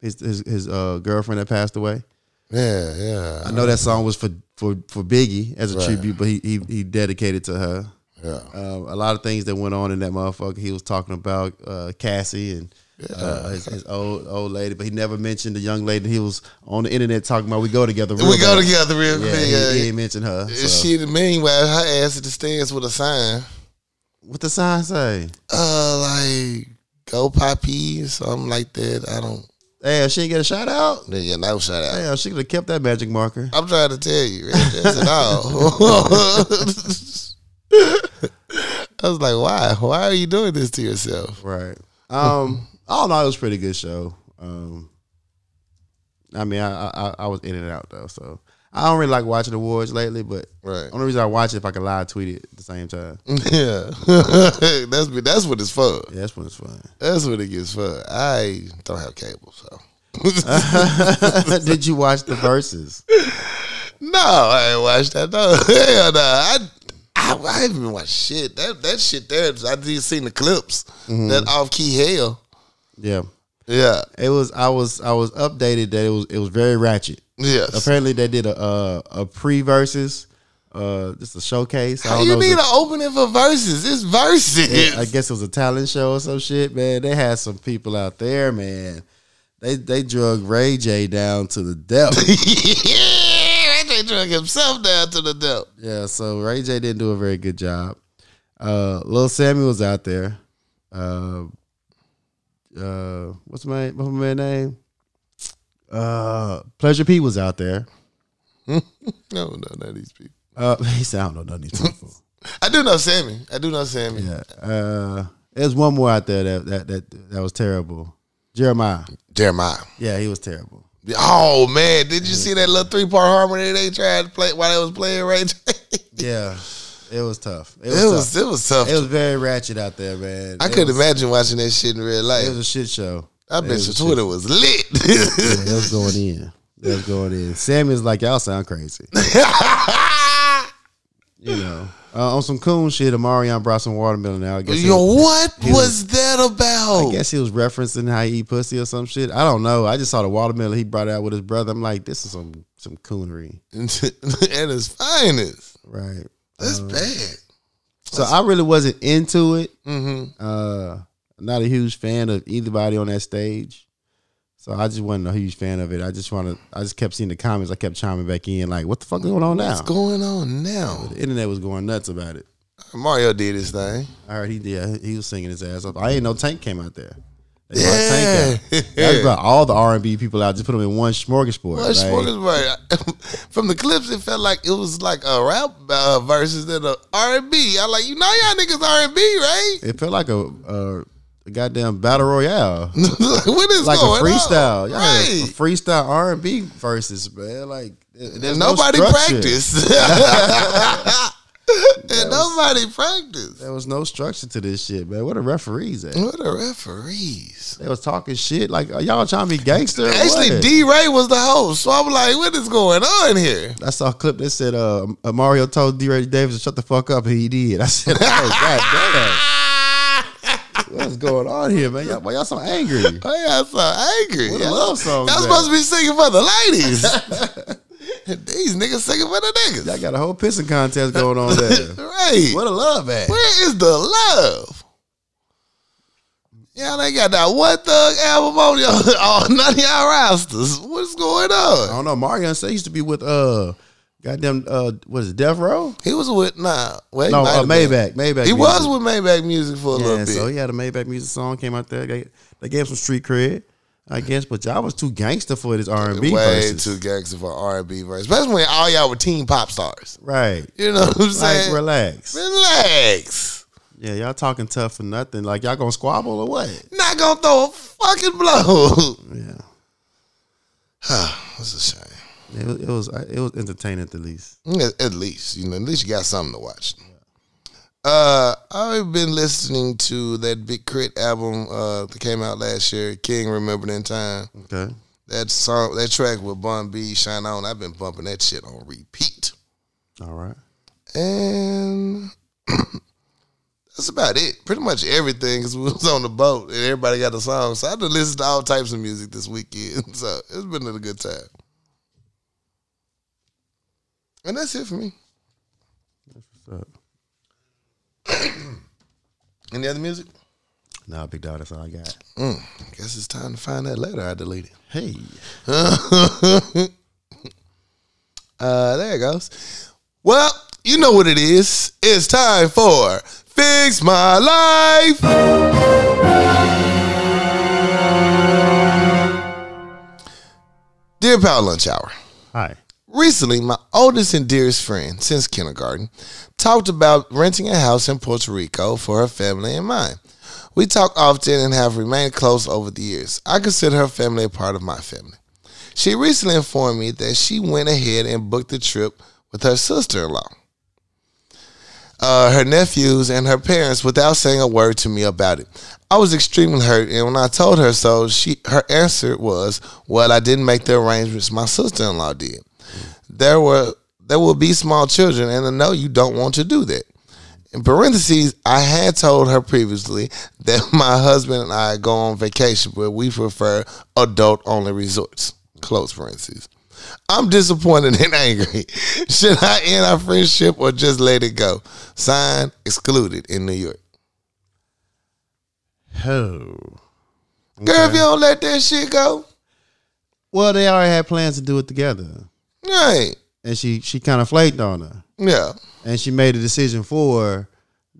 his his, his uh, girlfriend that passed away. yeah, yeah. I know that song was for for for Biggie as a Right. tribute, but he, he he dedicated to her. Yeah. Um, a lot of things that went on in that motherfucker. He was talking about uh, Cassie and uh, his, his old old lady, but he never mentioned the young lady he was on the internet talking about. We go together. real we go bad." together real Yeah, quick. he- Yeah, He, didn't mention her. And so. She, meanwhile, her ass at the stands with a sign. What the sign say? Uh, like, go poppy or something like that. I don't. Damn, she didn't get a shout out. Yeah, no shout out. Damn, she could have kept that magic marker. I'm trying to tell you, man, that's it all. I was like, why? Why are you doing this to yourself? Right. Um. all in all, it was a pretty good show. Um. I mean, I, I I was in and out though, so I don't really like watching awards lately. But Right. only reason I watch it if I can live tweet it at the same time. Yeah, that's that's what it's for. Yeah, that's when it's fun. That's what it gets for. I don't have cable, so Did you watch the verses? no, I ain't watched that. No, hell no. I, I I haven't even watched shit. That that shit there. I just seen the clips. Mm-hmm. That off key hell. Yeah, Yeah, it was. I was I was updated that it was it was very ratchet. yes. Apparently, they did a a, a pre verses, uh, just a showcase. I How don't you know, it was need a- an opening for verses? It's verses. I guess it was a talent show or some shit, man. They had some people out there, man. They they drug Ray J down to the depth. yeah, they drug himself down to the dump. yeah, so Ray J didn't do a very good job. Uh Lil Sammy was out there. Uh uh what's my what's my man name? Uh Pleasure P was out there. No, no, not these people. Uh he said, I don't know none of these people. I do know Sammy. I do know Sammy. yeah. Uh there's one more out there that that that, that was terrible. Jeremiah. Jeremiah. Yeah, he was terrible. Oh man, did you see that little three part harmony they tried to play while they was playing Ray J? it Yeah, it was tough. It was, was tough. it was tough. It was very ratchet out there, man. I It couldn't was- imagine watching that shit in real It life. was a shit show. I it bet was your a Twitter was lit. It was going in. It was going in. Sammy's like, y'all sound crazy. You know, uh, on some coon shit, Amarion brought some watermelon out. I guess, he, Yo, what was- was that about? I guess he was referencing how he eat pussy or some shit. I don't know. I just saw the watermelon he brought out with his brother. I'm like, this is some some coonery, At its finest. right? That's bad. So I really wasn't into it. Uh, not a huge fan of anybody on that stage. So I just wasn't a huge fan of it. I just wanted. I just kept seeing the comments. I kept chiming back in, like, "What the fuck is going on now?" What's going on now? the internet was going nuts about it. Mario did his thing. I heard he did. He was singing his ass off. I ain't know Tank came out there. They brought Yeah. Tank out. They brought all the R and B people out. Just put them in one smorgasbord. Well, like, Smorgasbord. From the clips, it felt like it was like a rap uh, versus than a R and B. I like you know y'all niggas R and B, right? It felt like a, a, a goddamn battle royale. like, what is like a going freestyle. on? Yeah, a right? freestyle R and B verses, man. Like there's And no nobody structure. practiced. and nobody practiced. There was no structure to this shit, man. Where the referees at? What are referees? They was talking shit like are y'all trying to be gangster. or Actually, what? D Ray was the host, so I'm like, what is going on here? I saw a clip that said uh, Mario told D. Ray Davis to shut the fuck up, and he did. I said, "Oh god damn, what's going on here, man? Y'all, why y'all so angry?" Why y'all Oh, so angry? What a Y'all- love song Y'all is that? supposed to be singing for the ladies. These niggas singing for Y'all the got a whole pissing contest going on niggas. there. right. What a love at. Where is the love? Y'all ain't got that one thug album on y'all. all none of y'all rosters. What's going I on? don't know. Marion said he used to be with uh goddamn uh what is it, Death Row? He was with nah. Wait, No, uh, Maybach. Maybach. He music. was with Maybach Music for a Yeah, little bit. so he had a Maybach music song came out there. They, they gave him some street cred, I guess. But y'all was too gangster for this R and B Way verses, too gangster for R and B verse, especially when all y'all were teen pop stars. right? You know what I'm Like saying? relax. Relax. Yeah, y'all talking tough for nothing. Like y'all gonna squabble or what? Not gonna throw a fucking blow. Yeah, That's a shame. it was it was, uh, it was entertaining at the least. At, at least, you know, at least you got something to watch. Uh, I've been listening to that Big Crit album uh, that came out last year, King Remembered in Time. Okay, That song, that track with Bun B, Shine On, I've been bumping that shit on repeat. all right. And that's about it. Pretty much everything, because we was on the boat and everybody got a song. So I had to listen to all types of music this weekend. So it's been a good time. And that's it for me. What's up? Any other music? Nah, big dog. That's all I got. Mm, I guess it's time to find that letter I deleted. Hey, uh, there it goes. Well, you know what it is. It's time for Fix My Life. Dear Power Lunch Hour, hi. recently my oldest and dearest friend since kindergarten talked about renting a house in Puerto Rico for her family and mine. We talk often and have remained close over the years. I consider her family a part of my family. She recently informed me that she went ahead and booked the trip with her sister in law, uh, her nephews, and her parents without saying a word to me about it. I was extremely hurt, and when I told her so, she her answer was, "Well, I didn't make the arrangements. My sister in law did. There were there will be small children, and I know you don't want to do that." In parentheses, I had told her previously that my husband and I go on vacation, but we prefer adult only resorts. Close parentheses. I'm disappointed and angry. Should I end our friendship or just let it go? Signed, excluded in New York. Ho. Girl, if you don't let that shit go, Well, they already had plans to do it together, right. and she she kind of flaked on her. Yeah. and she made a decision for her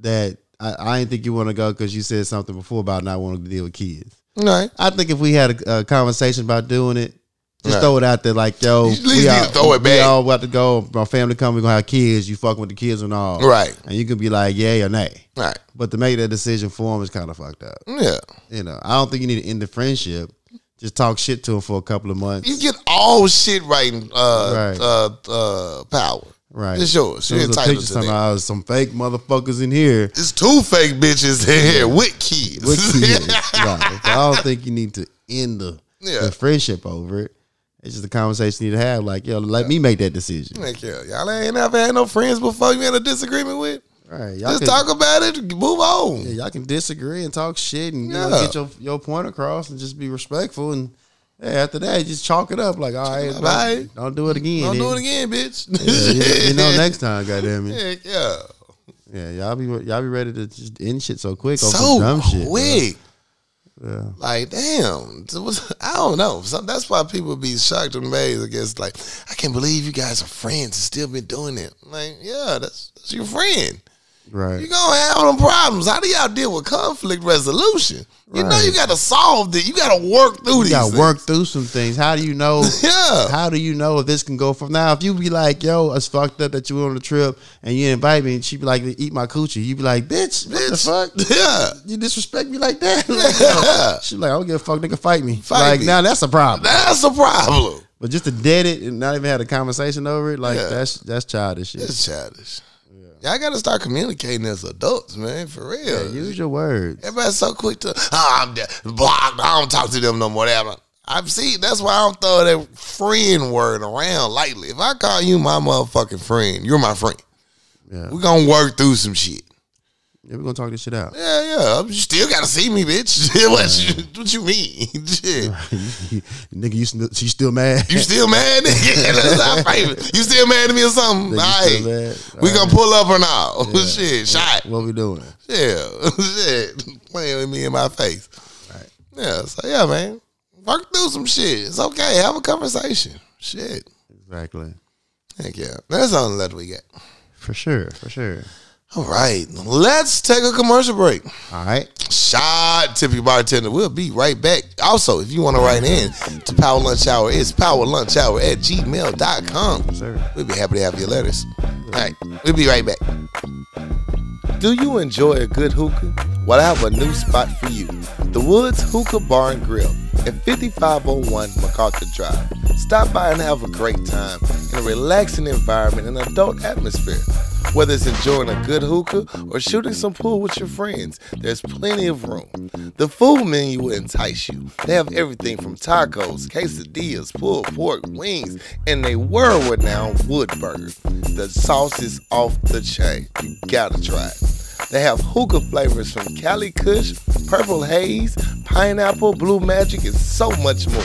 that I, I didn't think you want to go because you said something before about not wanting to deal with kids. Right. I think if we had a, a conversation about doing it, just Right. throw it out there like, yo, You at least need to throw it we back. all about to go. My family come, we're going to have kids. You fucking with the kids and all. Right. And you can be like, yay or nay. Right. But to make that decision for him is kind of fucked up. Yeah. You know, I don't think you need to end the friendship. Just talk shit to him for a couple of months. You get all shit right in uh, Right. Uh, uh, power. right. It's yours. There You're was a entitled picture to talking that. about, "Oh, some fake motherfuckers in here. It's two fake bitches in here with kids. with kids. right. So I don't think you need to end the, Yeah. the friendship over it. It's just a conversation you need to have. Like, yo, let me make that decision. Like, yeah, y'all ain't never had no friends before you had a disagreement with. Right. Y'all Just can, talk about it, move on. yeah, y'all can disagree and talk shit and you know, Yeah. get your, your point across and just be respectful. And hey, after that, you just chalk it up. Like, all right, up, don't, all right. don't do it again. Don't do then. it again, bitch. Yeah, you, you know, next time, goddamn it. Heck yeah. Yeah, y'all be y'all be ready to just end shit so quick over some So dumb shit. quick. Yeah. Like, damn. It was- I don't know. Some, that's why people be shocked and amazed. I guess, like, I can't believe you guys are friends and still been doing it. Like, yeah, that's, that's your friend. Right. You're gonna have them problems. How do y'all deal with conflict resolution? You know Right. you gotta solve this. You gotta work through you these. gotta things. work through some things. How do you know Yeah. how do you know if this can go from now? If you be like, yo, it's fucked up that you went on a trip and you invite me, and she be like, eat my coochie. You be like, bitch, what the fuck? Yeah. You disrespect me like that? Like, Yeah. She like, I don't give a fuck, nigga, fight me. Fight like, me. now that's a problem. That's a problem. But just to dead it and not even had a conversation over it, like Yeah. that's that's childish shit. It's childish. Y'all gotta start communicating as adults, man, for real. Use your words. Everybody's so quick to, oh, I'm de- blocked. I don't talk to them no more. That- I've seen, that's why I don't throw that friend word around lightly. If I call you my motherfucking friend, you're my friend. Yeah. We're gonna work through some shit. Yeah, we're gonna talk this shit out. Yeah, yeah. You still gotta see me, bitch. what, you, what you mean? Shit. Nigga, you still, you still mad? You still mad? yeah, that's our favorite. You still mad at me or something? Nigga, All you still right. mad? We All gonna pull up or not? Yeah. Shit, shot. What we doing? Yeah, shit. Playing with me in my face. Right. Yeah, so yeah, man. Work through some shit. It's okay. Have a conversation. Shit. Exactly. Heck yeah. That's all the letter we got. For sure. For sure. All right. Let's take a commercial break. All right. Shot Tippy Bartender. We'll be right back. Also, if you want to write in to Power Lunch Hour, it's powerlunchhour at gmail.com. Sir. We'll be happy to have your letters. All right, we'll be right back. Do you enjoy a good hookah? Well, I have a new spot for you the Woods Hookah Bar and Grill at 5501 MacArthur Drive. Stop by and have a great time in a relaxing environment and adult atmosphere. Whether it's enjoying a good hookah or shooting some pool with your friends, there's plenty of room. The food menu will entice you. They have everything from tacos, quesadillas, pulled pork, wings, and they were renowned wood burger. The sauce is off the chain. You gotta try it. They have hookah flavors from Cali Kush, Purple Haze, Pineapple, Blue Magic, and so much more.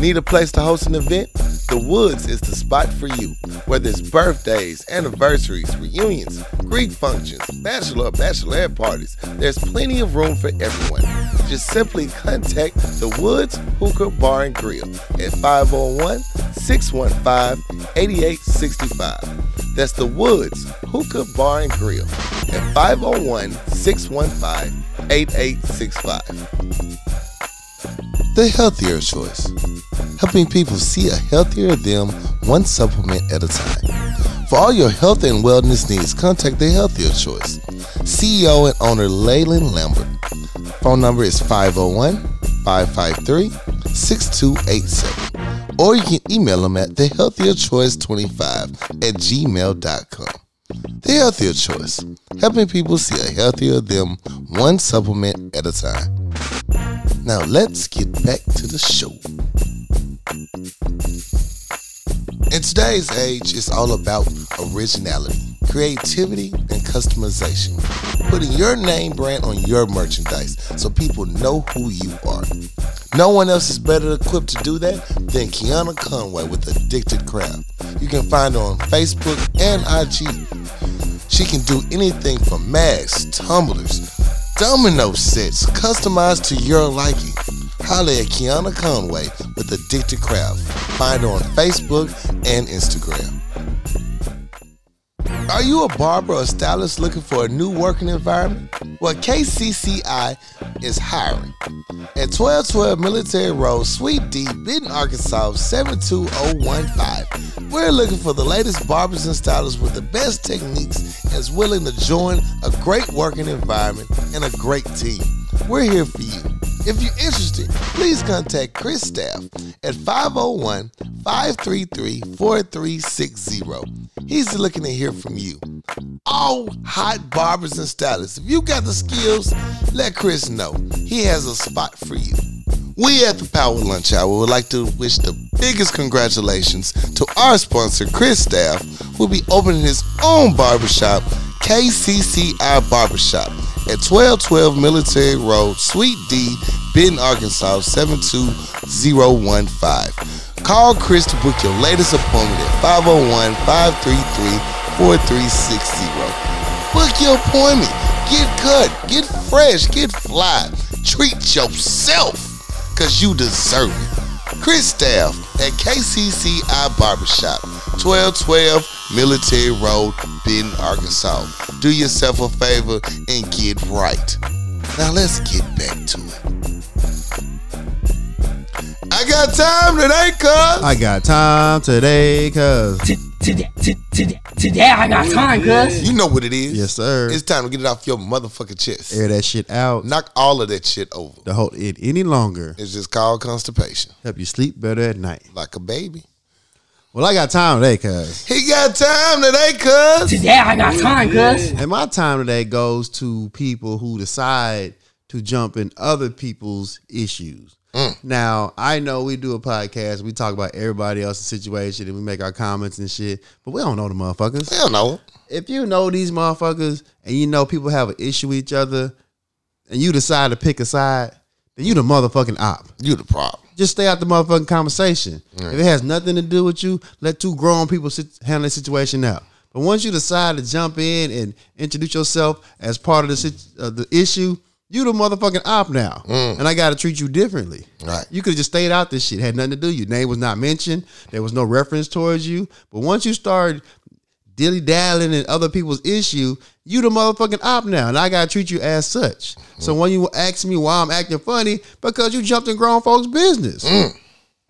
Need a place to host an event? The Woods is the spot for you. Whether it's birthdays, anniversaries, reunions, Greek functions, bachelor or bachelorette parties, there's plenty of room for everyone. Just simply contact the Woods Hookah Bar and Grill at 501 615 8865. That's the Woods Hookah Bar and Grill at 501 615 8865. The healthier choice, helping people see a healthier them one supplement at a time. For all your health and wellness needs, contact The Healthier Choice. CEO and owner Leyland Lambert. Phone number is 501 553 6287. Or you can email them at thehealthierchoice25 at gmail.com. The Healthier Choice, helping people see a healthier them one supplement at a time. Now let's get back to the show. In today's age, it's all about originality, creativity, and customization. Putting your name brand on your merchandise so people know who you are. No one else is better equipped to do that than Kiana Conway with Addicted Craft. You can find her on Facebook and IG. She can do anything from masks, tumblers, domino sets, customized to your liking. Holla at Kiana Conway with Addicted Craft. Find her on Facebook and Instagram. Are you a barber or stylist looking for a new working environment? Well, KCCI is hiring. At 1212 Military Road, Suite D, Benton, Arkansas, 72015. We're looking for the latest barbers and stylists with the best techniques and is willing to join a great working environment and a great team. We're here for you. If you're interested, please contact Chris Staff at 501 533 4360. He's looking to hear from you. All hot barbers and stylists, if you got the skills, let Chris know. He has a spot for you. We at the Power Lunch Hour would like to wish the biggest congratulations to our sponsor, Chris Staff, who will be opening his own barbershop, KCCI Barbershop, at 1212 Military Road, Suite D, Benton, Arkansas, 72015. Call Chris to book your latest appointment at 501 533 4360. Book your appointment. Get cut. Get fresh. Get fly. Treat yourself because you deserve it. Chris Staff at KCCI Barbershop, 1212 Military Road, Benton, Arkansas. Do yourself a favor and get right. Now let's get back to it. I got time today, cuz. I got time today, cuz. T- today, t- today, today I got time, cuz. You know what it is. Yes, sir. It's time to get it off your motherfucking chest. Air that shit out. Knock all of that shit over. To hold it any longer. It's just called constipation, Help you sleep better at night. like a baby. Well, I got time today, cuz. He got time today, cuz. Today I got time, cuz. And my time today goes to people who decide to jump in other people's issues. Now, I know we do a podcast, we talk about everybody else's situation and we make our comments and shit, but we don't know the motherfuckers. Hell no. if you know these motherfuckers and you know people have an issue with each other, and you decide to pick a side, then you the motherfucking op. You the prop. Just stay out the motherfucking conversation. If it has nothing to do with you, let two grown people sit, handle the situation out. But once you decide to jump in and introduce yourself as part of the sit- uh, the issue, you the motherfucking op now, and I got to treat you differently. Right. You could have just stayed out. This shit had nothing to do. Your name was not mentioned. There was no reference towards you. But once you start dilly dallying in other people's issue, you the motherfucking op now, and I gotta treat you as such. So Mm. when you ask me why I'm acting funny, because you jumped in grown folks' business.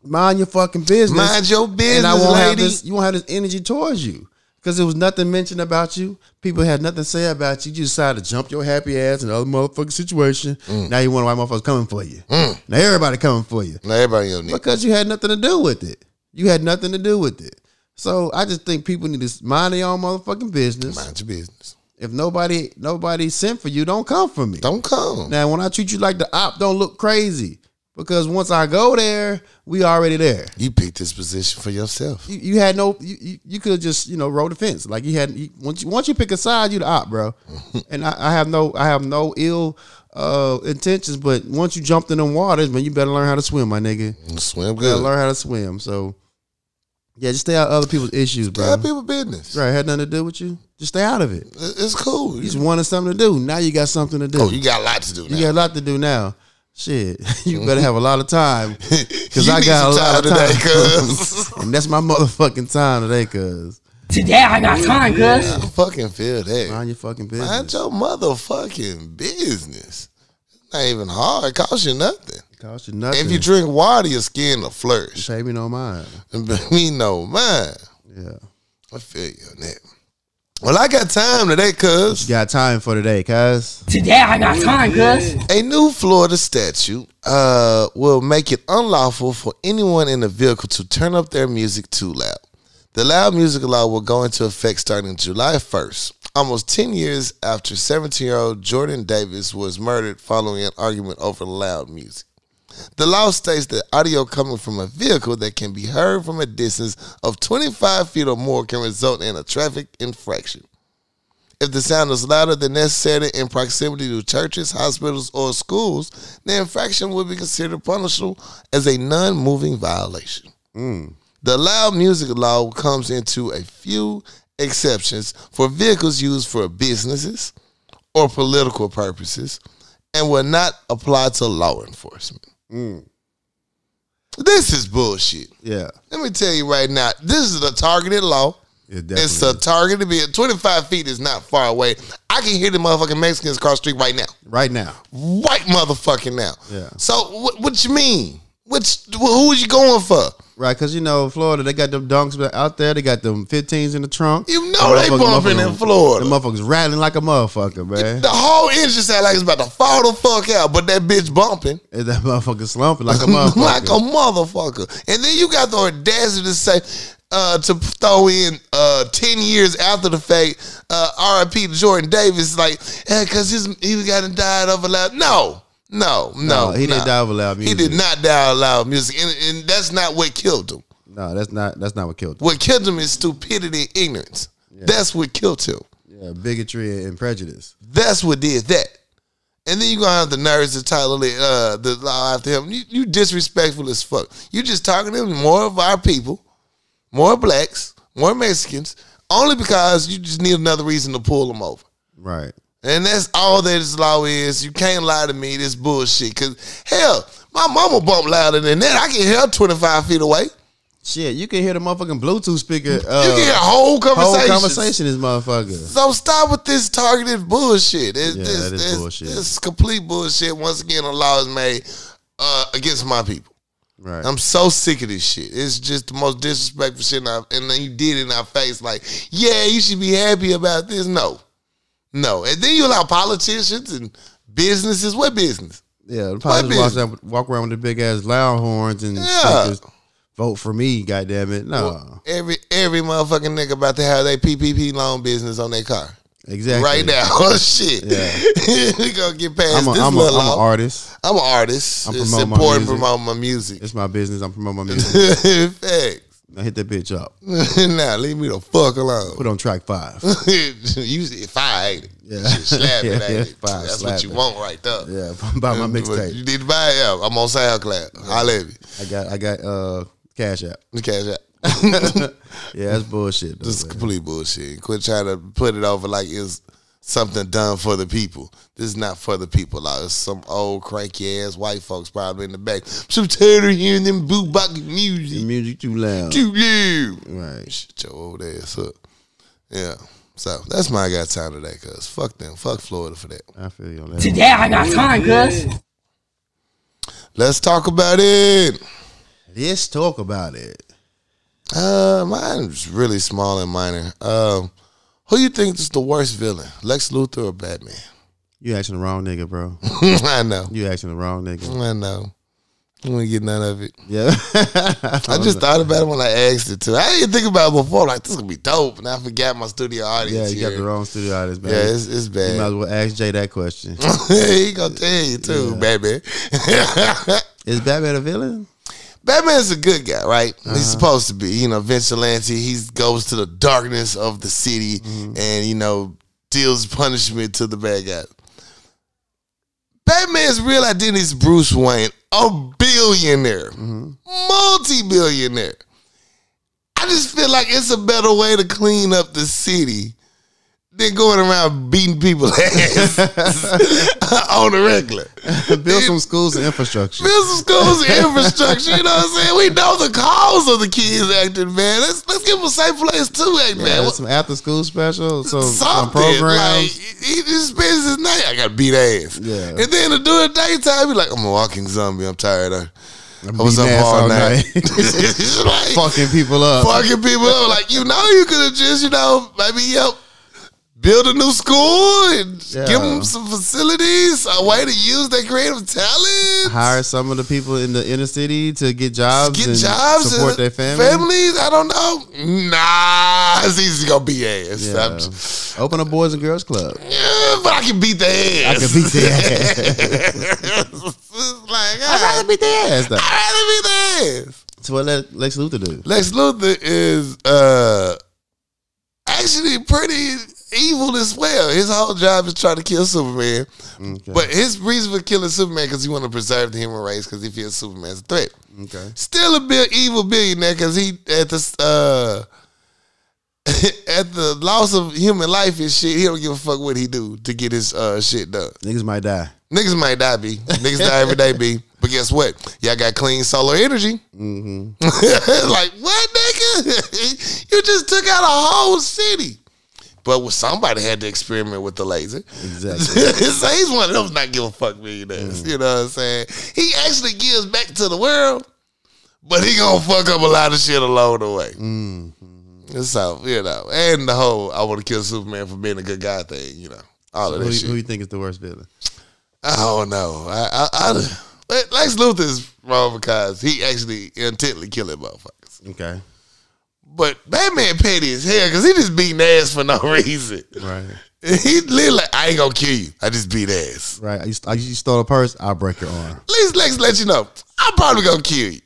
Mind your fucking business. Mm. Mind your business, and I won't have lady. this. You won't have this energy towards you because there was nothing mentioned about you. People had nothing to say about you. You decided to jump your happy ass in another motherfucking situation. Mm. Now you wonder why motherfuckers coming for you. Now everybody coming for you. Now everybody on your knee. Because you had nothing to do with it. You had nothing to do with it. So I just think people need to mind their own motherfucking business. Mind your business. If nobody nobody sent for you, don't come for me. Don't come. Now when I treat you like the op, don't look crazy. Because once I go there, we already there. You picked this position for yourself. You, you had no you, you, you could just, you know, roll the fence. Like you had you, once you once you pick a side, you the op, bro. and I, I have no I have no ill uh intentions, but once you jumped in them waters, man, you better learn how to swim, my nigga. You swim You good. gotta learn how to swim. So yeah, just stay out of other people's issues, bro. Tell people business. Right, had nothing to do with you. Just stay out of it. It- It's cool. You just wanted something to do. Now you got something to do. oh, you, you got a lot to do now. got a lot to do now. Shit, you better have a lot of time, You I need got a some lot of today, time. cuz. and that's my motherfucking time today. Cause Today I got time, cuz. I fucking feel that. mind your fucking Mind business. your motherfucking business. It's not even hard. It costs you nothing. Cost you nothing. If you drink water, your skin will flourish. pay me no mind. We know mine. Yeah, I feel you on that. Well, I got time today, cuz. you got time for today, cuz. Today I got time, cuz. A new Florida statute uh, will make it unlawful for anyone in a vehicle to turn up their music too loud. The loud music law will go into effect starting July 1st, almost 10 years after 17 year old Jordan Davis was murdered following an argument over loud music. The law states that audio coming from a vehicle that can be heard from a distance of 25 feet or more can result in a traffic infraction if the sound is louder than necessary in proximity to churches, hospitals, or schools, the infraction will be considered punishable as a non moving violation. The loud music law comes into a few exceptions for vehicles used for businesses or political purposes and will not apply to law enforcement. This is bullshit. Yeah, Let me tell you right now, this is a targeted law. it It's a definitely. target to be at 25 feet is not far away. I can hear the motherfucking Mexicans across the street right now. right now. Right motherfucking now. Yeah. So what, what you mean? Which who was you going for? Right, because you know Florida, they got them dunks out there. They got them 15s in the trunk. You know they Motherfucker- bumping in motherfucker- Florida. The motherfuckers rattling like a motherfucker, man. The whole engine sound like it's about to fall the fuck out, but that bitch bumping And that motherfucker slumping like a motherfucker. like a motherfucker. And then you got the audacity to say uh, to throw in uh, ten years after the fact, uh, RIP to Jordan Davis, like because he got to died of a loud. No, no, no, no, he no. didn't die for loud He music. did not die of loud music, and, and that's not what killed him. No, that's not. That's not what killed him. What killed him is stupidity and ignorance. That's what killed him. Yeah, bigotry and prejudice. That's what did that. And then you gonna have the nerves to title it uh, the law after him. You, you disrespectful as fuck. You just talking to more of our people, more blacks, more Mexicans, only because you just need another reason to pull them over. Right. And that's all that this law is. You can't lie to me. This bullshit. Cause hell, my mama bumped louder than that. I can hear her twenty five feet away. Shit, you can hear the motherfucking Bluetooth speaker. Uh, You can hear whole whole conversations. conversation is motherfucker. So stop with this targeted bullshit. It's, Yeah, this, that is this- bullshit. This is complete bullshit. Once again, a law is made uh, against my people. Right. I'm so sick of this shit. It's just the most disrespectful shit. And, I, and then you did it in our face, like, yeah, you should be happy about this. No, no. And then you allow politicians and businesses. What business? yeah, the probably walk, business? around- walk around with the big ass loud horns and Yeah. speakers. Vote for me, goddamn it. No, Every every motherfucking nigga about to have their PPP loan business on their car exactly. right now. Oh shit, we gonna get past I'm, a, this I'm, a, little I'm law. an artist. I'm an artist. I'm it's promoting my important to music. promote my music. It's my business. I'm promoting my music. Facts. Now hit that bitch up. nah, leave me the fuck alone. Put on track five. you see, if I ain't it, Yeah. Shit, slap Yeah, it, ain't yeah, it? fine, That's slap what you it. want right there. Yeah, buy my But You mixtape. need to buy it. Yeah, I'm on SoundCloud. I love I got I got uh Cash App. you. Cash out. Yeah, that's bullshit. Though, This is man. complete bullshit. Quit trying to put it over like it's something done for the people. This is not for the people. Like it's some old cranky ass white folks probably in the back. I'm so tired of hearing them boo box The music. music too loud. Too loud. Right. Shut your old ass up. Yeah. So that's my got time today, cuz. Fuck them. Fuck Florida for that. I feel you on that. Today I got time, cuz. Let's talk about it. Let's talk about it. Uh mine's really small and minor. Um who you think is the worst villain? Lex Luthor or Batman? You asking the wrong nigga, bro. I know. You asking the wrong nigga. I know. I wouldn't get none of it. Yeah. I just thought about it when I asked it too. I didn't think about it before. Like this gonna be dope, and I forgot my studio Yeah, audience. you here. got the wrong studio artist, man. Yeah, it's, it's you might bad. as well ask Jay that question. he gonna tell you too, baby. Is Batman a villain? Batman's a good guy, right? Uh-huh. He's supposed to be. You know, vigilante. He goes to the darkness of the city, Mm-hmm. and you know, deals punishment to the bad guys. Batman's real identity is Bruce Wayne, a billionaire, Mm-hmm. multi-billionaire. I just feel like it's a better way to clean up the city than going around beating people ass on the regular. Build some schools and infrastructure. Build some schools and infrastructure. You know what I'm saying? We know the cause of the kids acting bad. Let's let's give them a safe place to act Yeah, bad. some after school special, some, some Something like uh, programs. he he just spends his night. I got beat ass. Yeah. and then to do it daytime, be like, I'm a walking zombie. I'm tired. I, I was up beating ass all, all night. night. It's like, fucking people up. fucking people up. Like you know, you could have just you know maybe yep. Build a new school and Yeah. give them some facilities, a way to use their creative talent. Hire some of the people in the inner city to get jobs, get and jobs, support and their family. Families, I don't know. Nah, it's easy to go beat ass. Yeah. I'm just- Open a boys and girls club. Yeah, but I can beat their ass. I can beat their ass. It's like, I'd rather beat their ass. Though. I'd rather beat their ass. That's what Le- Lex Luthor do. Lex Luthor is uh actually pretty evil as well. His whole job is trying to kill Superman, Okay. but his reason for killing Superman because he want to preserve the human race because he feels Superman's a threat. okay. Still a bill, evil billionaire because he at the uh, at the loss of human life and shit. He don't give a fuck what he do to get his uh, shit done. Niggas might die. Niggas might die, B. Niggas die every day, B. But guess what? Y'all got clean solar energy. Mm-hmm. like, what, nigga? you just took out a whole city. But well, somebody had to experiment with the laser. Exactly. Mm-hmm. so he's one of those not give a fuck millionaires. You know what I'm saying? He actually gives back to the world, but he gonna fuck up a lot of shit along the way. Mm-hmm. So, you know, and the whole I want to kill Superman for being a good guy thing, you know. All of Who, that you- shit. who you think is the worst villain? I don't know. I, I, I Lex Luthor is wrong because he actually intently killing motherfuckers. Okay. But Batman petty as hell because he just beating ass for no reason. Right. He literally like, I ain't gonna kill you. I just beat ass. Right. You, st- you stole a purse, I'll break your arm. At least Lex let you know I'm probably gonna kill you.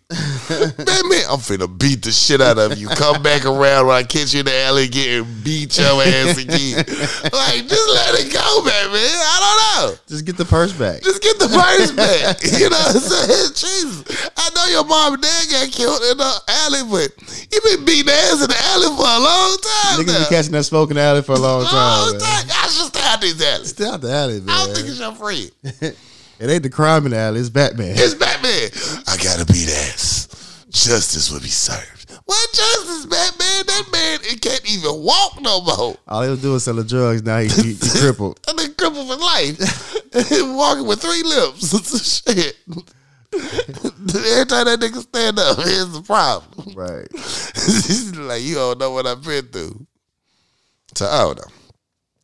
Batman, I'm finna beat the shit out of you. Come back around when I catch you in the alley again and beat your ass again. like just let it go, Batman. I don't know. Just get the purse back. Just get the virus back. You know what I'm saying? Jesus. I know your mom and dad got killed in the alley, but you been beating ass in the alley for a long time. Niggas been Now. catching that Oh, smoking alley for a long time. long man. time. I should stay out these alleys. Stay out the alley, I man. don't think it's your friend. It ain't the crime in the alley, it's Batman. It's Batman. I gotta beat ass. Justice will be served. What justice, Batman? That man it can't even walk no more. All he was doing was selling drugs. Now he, he, he crippled. I've been crippled for life. Walking with three lips. Shit. Every time that nigga stand up, here's the problem. Right. He's like you don't know what I've been through. So I don't know.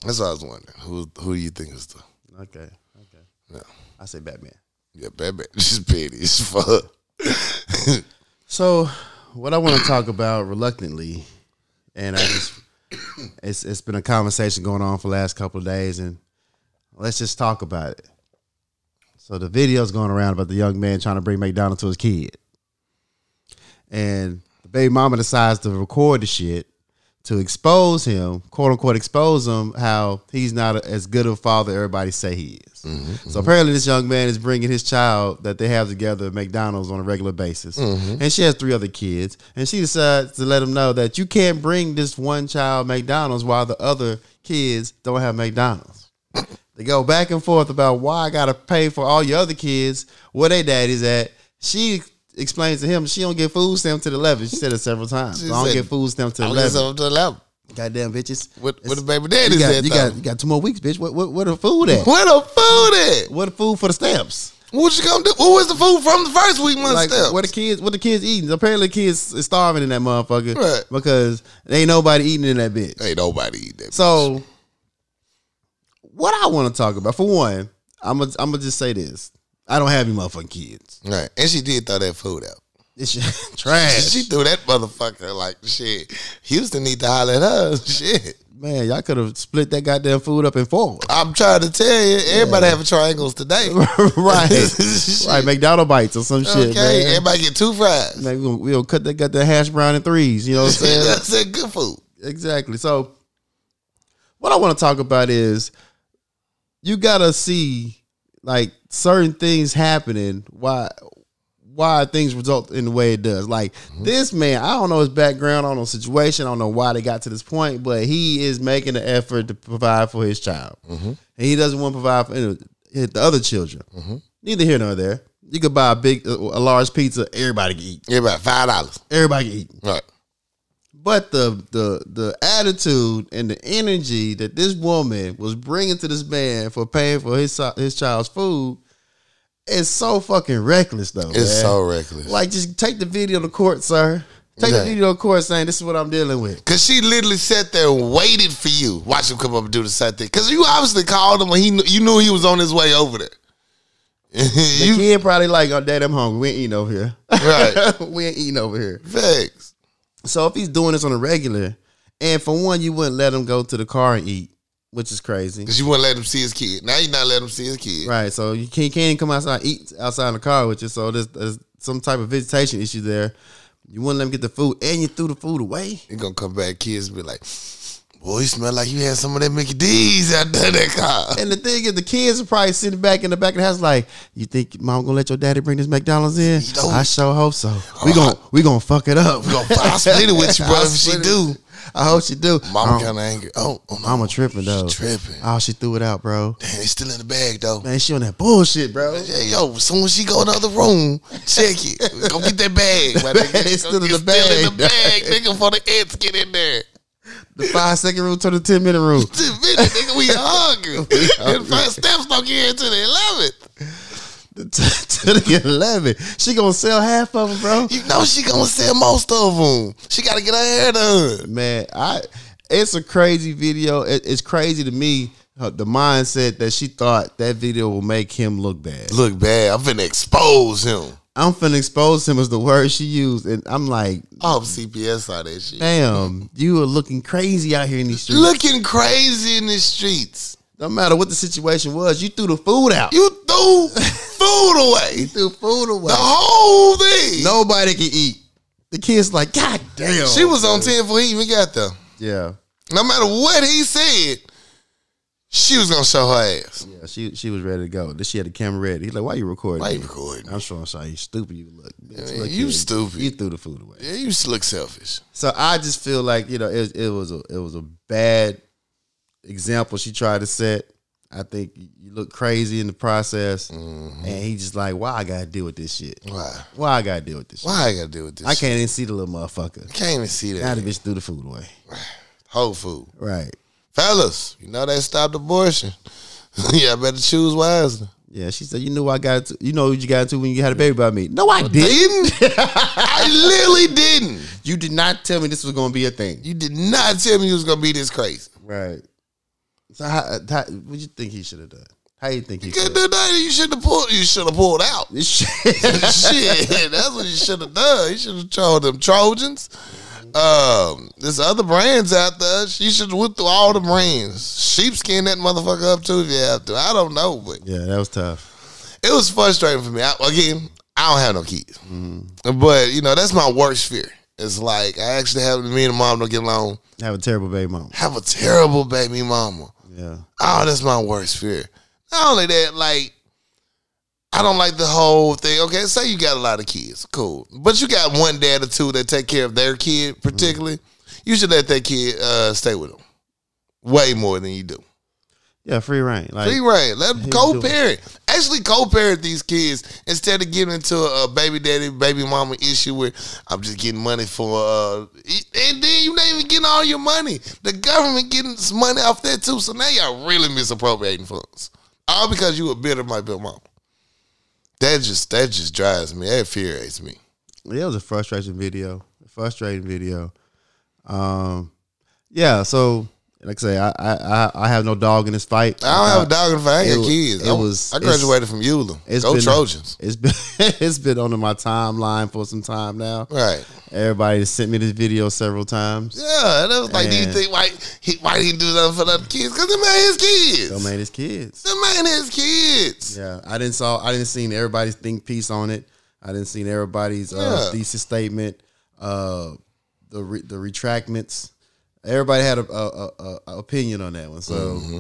That's what I was wondering. Who who do you think is the Okay. Okay. Yeah. I say Batman. yeah Batman? She's petty as fuck. So, what I want to talk about reluctantly, and I just it's it's been a conversation going on for the last couple of days, and let's just talk about it. So the video's going around about the young man trying to bring McDonald to his kid, and The baby mama decides to record the shit to expose him, quote unquote, expose him how he's not a- as good of a father everybody say he is. Mm-hmm, So apparently, this young man is bringing his child that they have together at McDonald's on a regular basis, Mm-hmm. and she has three other kids, and she decides to let him know that you can't bring this one child McDonald's while the other kids don't have McDonald's. They go back and forth about why I gotta pay for all your other kids, where they daddy's at. She explains to him she don't get food stamps to the eleven. She said it several times. She I don't said, get food stamps to I the was eleven. up to the lab. Goddamn bitches. What It's- what the baby you daddy got, said you, though. got, you got two more weeks, bitch. What what what the food at? What, Where the food at? the food for the stamps? What you gonna do? What was the food from the first week month Like step? what the kids what the kids eating? Apparently the kids is starving in that motherfucker Right. because there ain't nobody eating in that bitch. Ain't nobody eat that. So what I want to talk about for one, I'm gonna I'm gonna just say this. I don't have any motherfucking kids. right. And she did throw that food out. It's trash. She threw that motherfucker like shit. Houston need to holler at her. Shit. Man, y'all could have split that goddamn food up in four. I'm trying to tell you, everybody having triangles today. right. Shit. right, McDonald bites or some Okay. shit. Man. Everybody get two fries. Like, we'll, we'll cut that goddamn hash brown in threes. You know what I'm saying? That's a good food. Exactly. So, what I want to talk about is you gotta see like certain things happening. Why? Why things result in the way it does. Like this man, I don't know his background, I don't know his situation, I don't know why they got to this point, but he is making an effort to provide for his child, and he doesn't want to provide for any- the other children. Neither here nor there. You could buy a big, a large pizza. Everybody can eat. Everybody five dollars. Everybody can eat. Right. But the the the attitude and the energy that this woman was bringing to this man for paying for his si- his child's food is so fucking reckless, though. It's man. so reckless. like just take the video to court, sir. Take Yeah. the video to court, saying this is what I'm dealing with. Cause she literally sat there and waited for you. Watch him come up and do the same thing. Cause you obviously called him when he knew, you knew he was on his way over there. The you kid probably like, oh, dad, I'm hungry. We ain't eating over here. right? we ain't eating over here. Facts. So if he's doing this on a regular, and for one, you wouldn't let him go to the car and eat, which is crazy. Cause you wouldn't let him see his kid. Now you not letting him see his kid. Right. So you can't, can't come outside eat outside in the car with you. So there's, there's some type of visitation issue there. You wouldn't let them get the food, and you threw the food away. He gonna come back. Kids be like, "Boy, you smell like you had some of that Mickey D's out there in that car." And the thing is, the kids are probably sitting back in the back of the house, like, "You think mom gonna let your daddy bring this McDonald's in? know- I sure hope so. We gonna we gonna fuck it up. Uh-huh. Gonna file split it with you, bro. I'll If she split it. do, I hope she do. mama I don't- kind of angry. Oh, oh no, Mama tripping though. tripping. Oh, she threw it out, bro. man, it's still in the bag though. Man, she on that bullshit, bro. Yeah, yo, as soon as she go in the other room, check it. Go get that bag. My nigga. It's Go still in get- the bag. Still in the bag, nigga, for the ants get in there. The five second rule to the ten minute rule. This bitch, nigga, we hungry. hungry. and first steps don't get into the eleventh. to the eleven, she gonna sell half of them, bro. You know she gonna sell most of them. She gotta get her hair done. man i it's a crazy video it, it's crazy to me uh, the mindset that she thought that video will make him look bad Look bad. I'm finna expose him. i'm finna expose him is the word she used and i'm like I hope CPS saw that shit. damn you are looking crazy out here in these streets Looking crazy in the streets. no matter what the situation was you threw the food out You threw food away. threw food away The whole thing. nobody can eat the kid's like god damn She was on 10 before he even got there. yeah No matter what he said, she was gonna show her ass. yeah she she was ready to go then she had the camera ready he's like why you recording Why you me?" recording? i'm showing sure you stupid you look bitch, Man, look you here. stupid. you threw the food away Yeah, you look selfish. So I just feel like you know it, it was a it was a bad example she tried to set. I think you look crazy in the process, and he just like, why I gotta deal with this shit? Why? Why I gotta deal with this? Why I gotta deal with this? shit? I can't even see the little motherfucker. shit? Can't even see Now that. the bitch threw the food away. Whole food, Right? fellas. You know they stopped abortion. yeah, I better choose wisely. Yeah. She said, you knew I got to, you know what you got to when you had a baby by me. No, I didn't. Didn't? I literally didn't. You did not tell me this was gonna be a thing. You did not tell me you was gonna be this crazy. Right. So how, how what you think he should have done? How you think he Good should? the day you should have pulled. You should have pulled out. Shit, that's what you should have done. You should have told them Trojans. Um, there's other brands out there. You should have went through all the brands. Sheepskin that motherfucker up too if you have to. I don't know, but yeah, that was tough. it was frustrating for me. I, again, I don't have no kids, but you know that's my worst fear It's like I actually have me and mom don't get along. Have a terrible baby mom. Have a terrible baby mama. Yeah. Oh, that's my worst fear. Not only that, like I don't like the whole thing. Okay, say you got a lot of kids, cool, but you got one dad or two that take care of their kid particularly. You should let that kid uh, stay with them way more than you do. Yeah, free reign. Like Free reign. Let you co-parent. Actually, co-parent these kids instead of getting into a baby daddy, baby mama issue where I'm just getting money for, uh, and then you not even getting all your money. The government getting this money off that too. So now y'all really misappropriating funds, all because you a bitter my bill mama. That just that just drives me. That infuriates me. yeah, it was a frustration video. Frustrating video. Um yeah, so like I say, I I I- I have no dog in this fight. Uh, I don't have a dog in the fight. I it ain't got wa- kids. it I, was- I it's- graduated from Eulum. It's Go been, Trojans. It's been it's been on my timeline for some time now. Right. Everybody sent me this video several times. Yeah, and I was like, do you And- think why he why he do nothing for the other kids? Because them ain't his kids. Go made his kids. Them ain't his kids. Yeah, I didn't saw. I didn't seen everybody's think piece on it. I didn't seen everybody's uh, Yeah. thesis statement. Uh, the re- the retractments. Everybody had a, a, a, a opinion on that one. So Mm-hmm.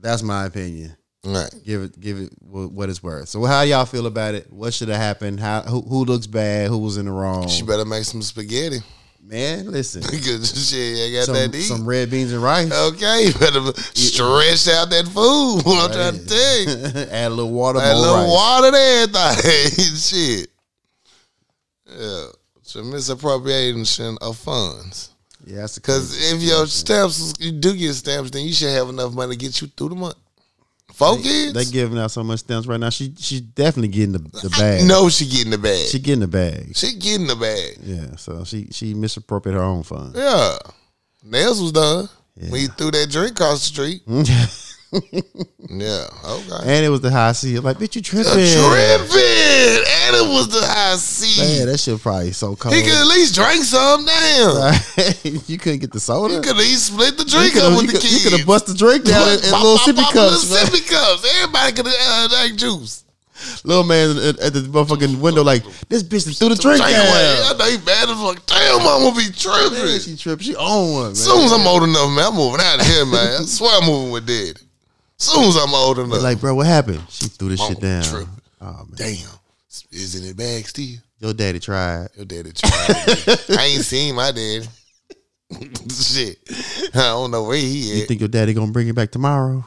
that's my opinion. Right. Give it give it wha- what it's worth. So how y'all feel about it? What should have happened? How who, who looks bad? Who was in the wrong? She better make some spaghetti. Man, listen. Because she ain't got that Some, to eat. some red beans and rice. okay, you better stretch out that food. What I'm trying to tell you. Add a little water. That more little rice. water there, everything. Shit. Yeah. So misappropriation of funds. Yeah, that's the Because if your stamps, you do get stamps, then you should have enough money to get you through the month. Four kids? They giving out so much stamps right now. She she's definitely getting the, the bag. No, she getting the bag. she She, getting the bag. getting the bag. Yeah, so she she misappropriated her own funds. Yeah. Nails was done. Yeah. When you threw that drink across the street. and yeah. Okay. it was the high C. I'm like, bitch, you tripping? A tripping. And it was the high Man, C. that shit probably so cold. He could at least drink some. Damn. you couldn't get the soda. He could at least split the You drink coulda- up with you the coulda- kids. You could have bust the drink down in, in Pop, little pop, sippy pop, cups. Little man. sippy cups. Everybody could uh, drink juice. Little man at, at the motherfucking window, like this bitch done threw the drink Drink away. I down. know he bad as fuck. Damn, mama be Man, tripping. she tripped. She owned one. Man. Soon as I'm old enough, man, I'm moving out of here, man. I swear I'm moving with daddy. Soon as I'm old enough. like, bro, what happened? She threw this Mama shit down. tripping. Oh man, damn, isn't it bag still? your daddy tried. Your daddy tried. I ain't seen my daddy. Shit, I don't know where he You at. think your daddy gonna bring it back tomorrow?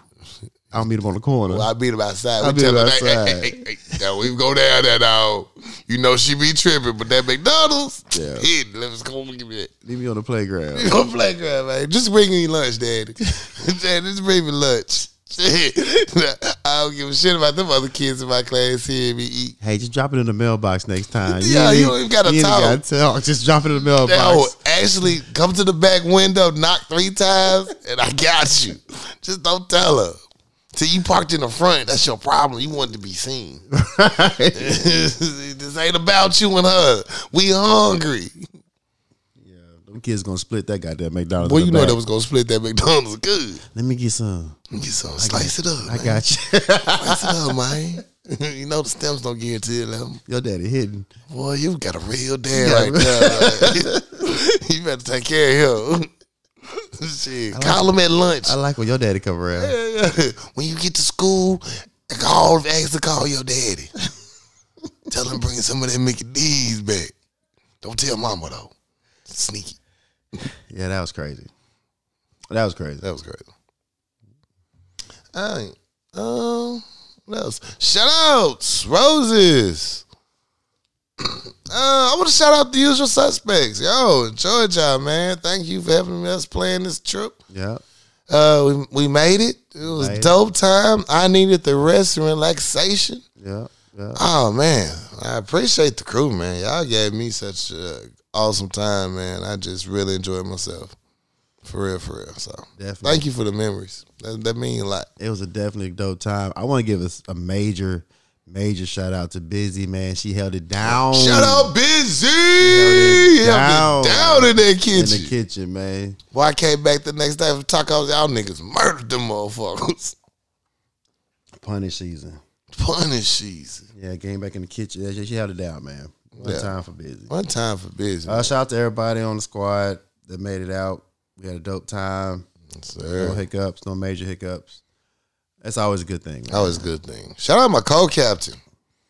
I'll meet him on the corner. Well, I beat him outside. I we beat tell him him, hey, hey, outside. hey, hey, hey, now we go down there now. You know she be tripping, but that McDonald's, Yeah. hit. Let's go give me that. Leave me on the playground. Go playground, man. Just bring me lunch, daddy. Daddy, just bring me lunch. Shit. I don't give a shit about them other kids in my class hearing me eat. Hey, just drop it in the mailbox next time. Yeah, ain't you don't even gotta you ain't talk. gotta talk. Just drop it in the mailbox. No, actually, come to the back window, knock three times, and I got you. Just don't tell her. See, you parked in the front. That's your problem. You wanted to be seen. this ain't about you and her. We hungry. yeah, them kids gonna split that goddamn McDonald's. Well, in you the know back. that was gonna split that McDonald's good. Let me get some. Get some, slice it up. I man. got you. Slice it up, man. you know the stems don't get to them. your daddy hidden. Boy, you got a real dad right there. you better take care of him. Shit, call him at lunch. I like when your daddy come around. Yeah, yeah. when you get to school, call ask to call your daddy. tell him bring some of that Mickey D's back. Don't tell mama though. Sneaky. Yeah, that was crazy. That was crazy. That was crazy. All right. Um. What else? Shout outs, roses. Uh, I want to shout out the usual suspects. Yo, enjoy y'all, man. Thank you for helping us plan this trip. Yeah. Uh, we, we made it. It was Made it. dope time. I needed the rest and relaxation. Yeah. Yeah. Oh man, I appreciate the crew, man. Y'all gave me such an awesome time, man. I just really enjoyed myself, for real, for real. So Definitely. thank you for the memories. That, that mean a lot. it was a definitely dope time. I want to give us a major, major shout out to Busy man. She held it down. Shout out, busy. Down. Down. down in that in kitchen. the kitchen, man. Boy, I came back the next day for tacos. Y'all niggas murdered them motherfuckers. Punish season. Punish season. Yeah, came back in the kitchen. Yeah, She she held it down, man. One Yeah. time for busy. One time for business. Uh, shout out to everybody on the squad that made it out. We had a dope time. sir. No hiccups, no major hiccups. That's always a good thing. man. That was a good thing. Shout out my co-captain.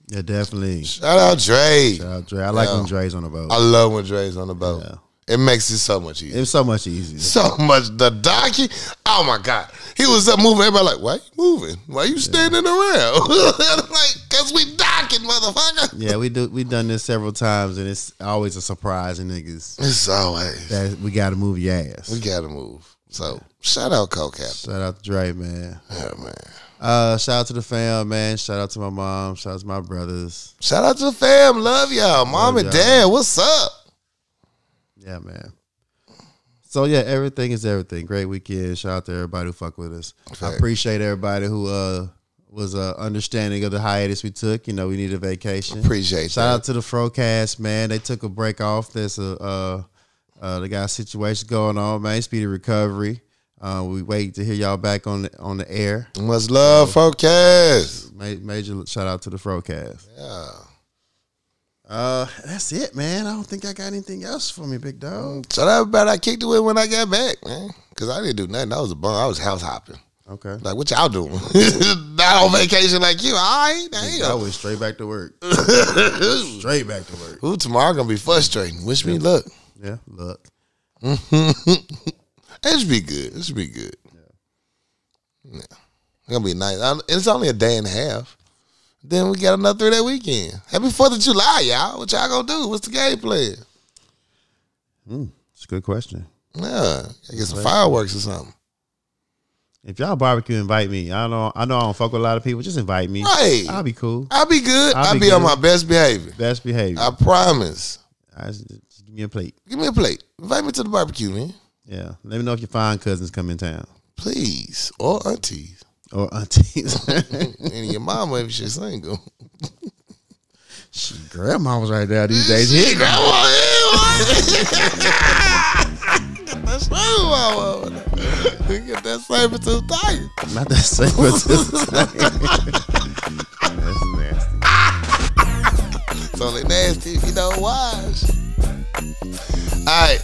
Yeah, definitely. Shout out Dre. Shout out Dre. I like Yeah. when Dre's on the boat. I love when Dre's on the boat. Yeah. It makes it so much easier. It's so much easier. so much the donkey. Oh my god, he was up moving. Everybody like, why you moving? Why you standing around? I'm like, cause we docking, motherfucker. Yeah, we do. We done this several times, and it's always a surprise to niggas It's always that we got to move your we ass. gotta move. So shout out co-captain. Shout out to Dre, man. Yeah, man. Uh, shout out to the fam, man. Shout out to my mom. Shout out to my brothers. Shout out to the fam. Love y'all, mom Love and y'all. dad. What's up? Yeah, man. So yeah, everything is everything. Great weekend. Shout out to everybody who fuck with us. I Facts. appreciate everybody who uh was uh understanding of the hiatus we took. You know, we needed a vacation. Appreciate Shout that. out to the Frocast, man. They took a break off. There's a uh, uh, they got a situation going on, man. Speedy recovery. Uh, we wait to hear y'all back on the, on the air. Much love, focus. Ma- major shout out to the Frocast. Yeah. Uh, that's it, man. I don't think I got anything else for me, big dog. Shout out everybody. I kicked it with when I got back, man. Cause I didn't do nothing. I was a bum. I was house hopping. Okay, Like what y'all doing? Not on vacation like you. All right, I damn. went straight back to work. straight back to work. Ooh, tomorrow gonna be frustrating. Wish me luck. Yeah, look. It should be good. It should be good. Yeah. It's gonna be nice. I- It's only a day and a half. Then we got another three that weekend. Happy Fourth of July, y'all. What y'all gonna do? What's the game plan? It's a good question. Yeah, I get some fireworks or something. If y'all barbecue, invite me. I don't. I know I don't fuck with a lot of people. Just invite me. Right. I'll be cool. I'll be good. I'll I'll, be be, on good. my best behavior. Best behavior. I promise. I just, just give me a plate. Give me a plate. Invite me to the barbecue, man. Yeah. Let me know if your fine cousins come in town Please. Or aunties. or aunties. and your mama if she's single. Shit, Grandma was right there these days. Hit Grandma, That's true, mama. Get that saber tooth tiger. not that same. but this time. That's nasty. It's only nasty if you don't wash. Alright.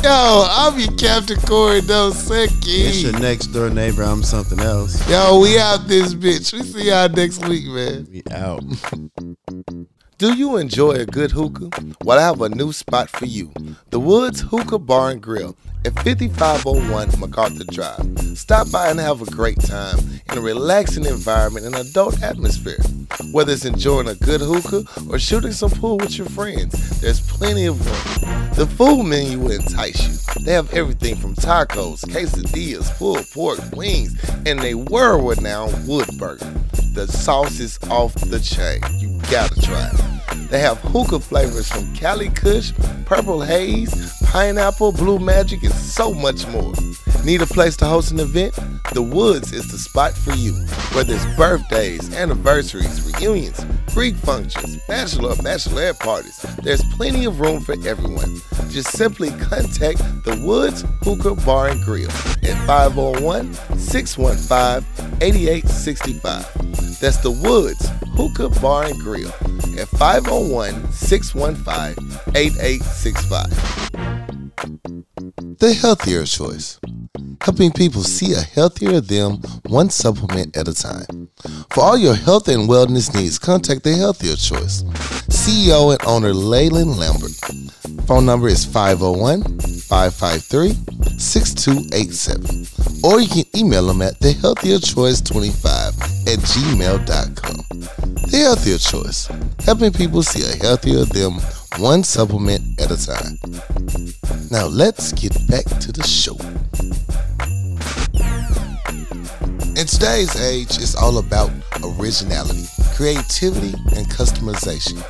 Yo, I'm your Captain Corey It's your Dosecki. next door neighbor. I'm something else. Yo, we out this bitch. We see y'all next week, man. We out. Do you enjoy a good hookah? Well, I have a new spot for you the Woods Hookah Bar and Grill at 5501 MacArthur Drive. Stop by and have a great time in a relaxing environment and adult atmosphere. Whether it's enjoying a good hookah or shooting some pool with your friends, there's plenty of room. The food menu will entice you. They have everything from tacos, quesadillas, pulled pork, wings, and they were renowned wood burger. The sauce is off the chain. You gotta try it. They have hookah flavors from Cali Kush, Purple Haze, Pineapple, Blue Magic, and so much more. Need a place to host an event? The Woods is the spot for you. Whether it's birthdays, anniversaries, reunions, Greek functions, bachelor or bachelorette parties, there's plenty of room for everyone. Just simply contact the Woods Hookah Bar and Grill at 501 615 8865. That's the Woods Hookah Bar and Grill at 501 615 8865. The healthier choice. Helping people see a healthier them one supplement at a time. For all your health and wellness needs, contact The Healthier Choice. CEO and owner Leyland Lambert. Phone number is 501 553 6287. Or you can email them at thehealthierchoice25 at gmail.com. The Healthier Choice, helping people see a healthier them one supplement at a time. Now let's get back to the show. In today's age, it's all about originality, creativity, and customization.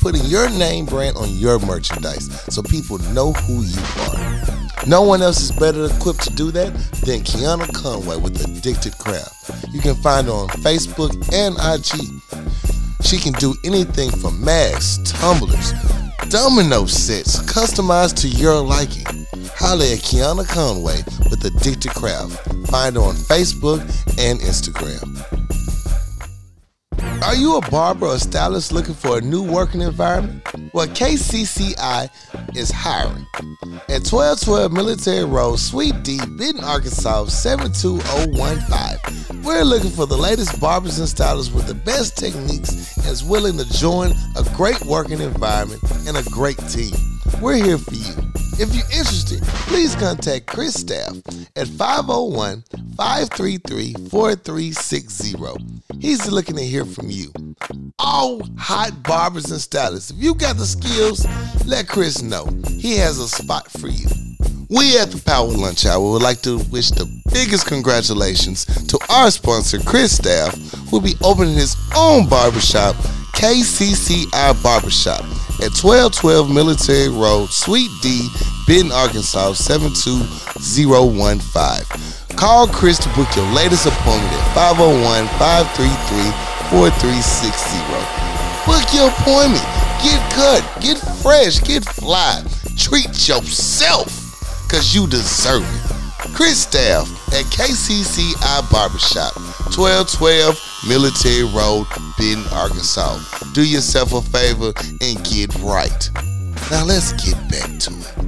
Putting your name brand on your merchandise so people know who you are. No one else is better equipped to do that than Kiana Conway with Addicted Craft. You can find her on Facebook and IG. She can do anything from masks, tumblers, domino sets, customized to your liking. Holla at Kiana Conway with Addicted Craft. Find her on Facebook and Instagram. Are you a barber or stylist looking for a new working environment? Well, KCCI is hiring. At 1212 Military Road, Suite D, Benton, Arkansas, 72015. We're looking for the latest barbers and stylists with the best techniques and is willing to join a great working environment and a great team. We're here for you. If you're interested, please contact Chris Staff at 501 533 4360. He's looking to hear from you. All hot barbers and stylists, if you got the skills, let Chris know. He has a spot for you. We at the Power Lunch Hour would like to wish the biggest congratulations to our sponsor, Chris Staff, who'll be opening his own barbershop, KCCI Barbershop, at 1212 Military Road, Suite D, Benton, Arkansas, 72015. Call Chris to book your latest appointment at 501 533 4360. Book your appointment. Get cut. Get fresh. Get fly. Treat yourself because you deserve it. Chris Staff at KCCI Barbershop, 1212 Military Road, Benton, Arkansas. Do yourself a favor and get right. Now let's get back to it.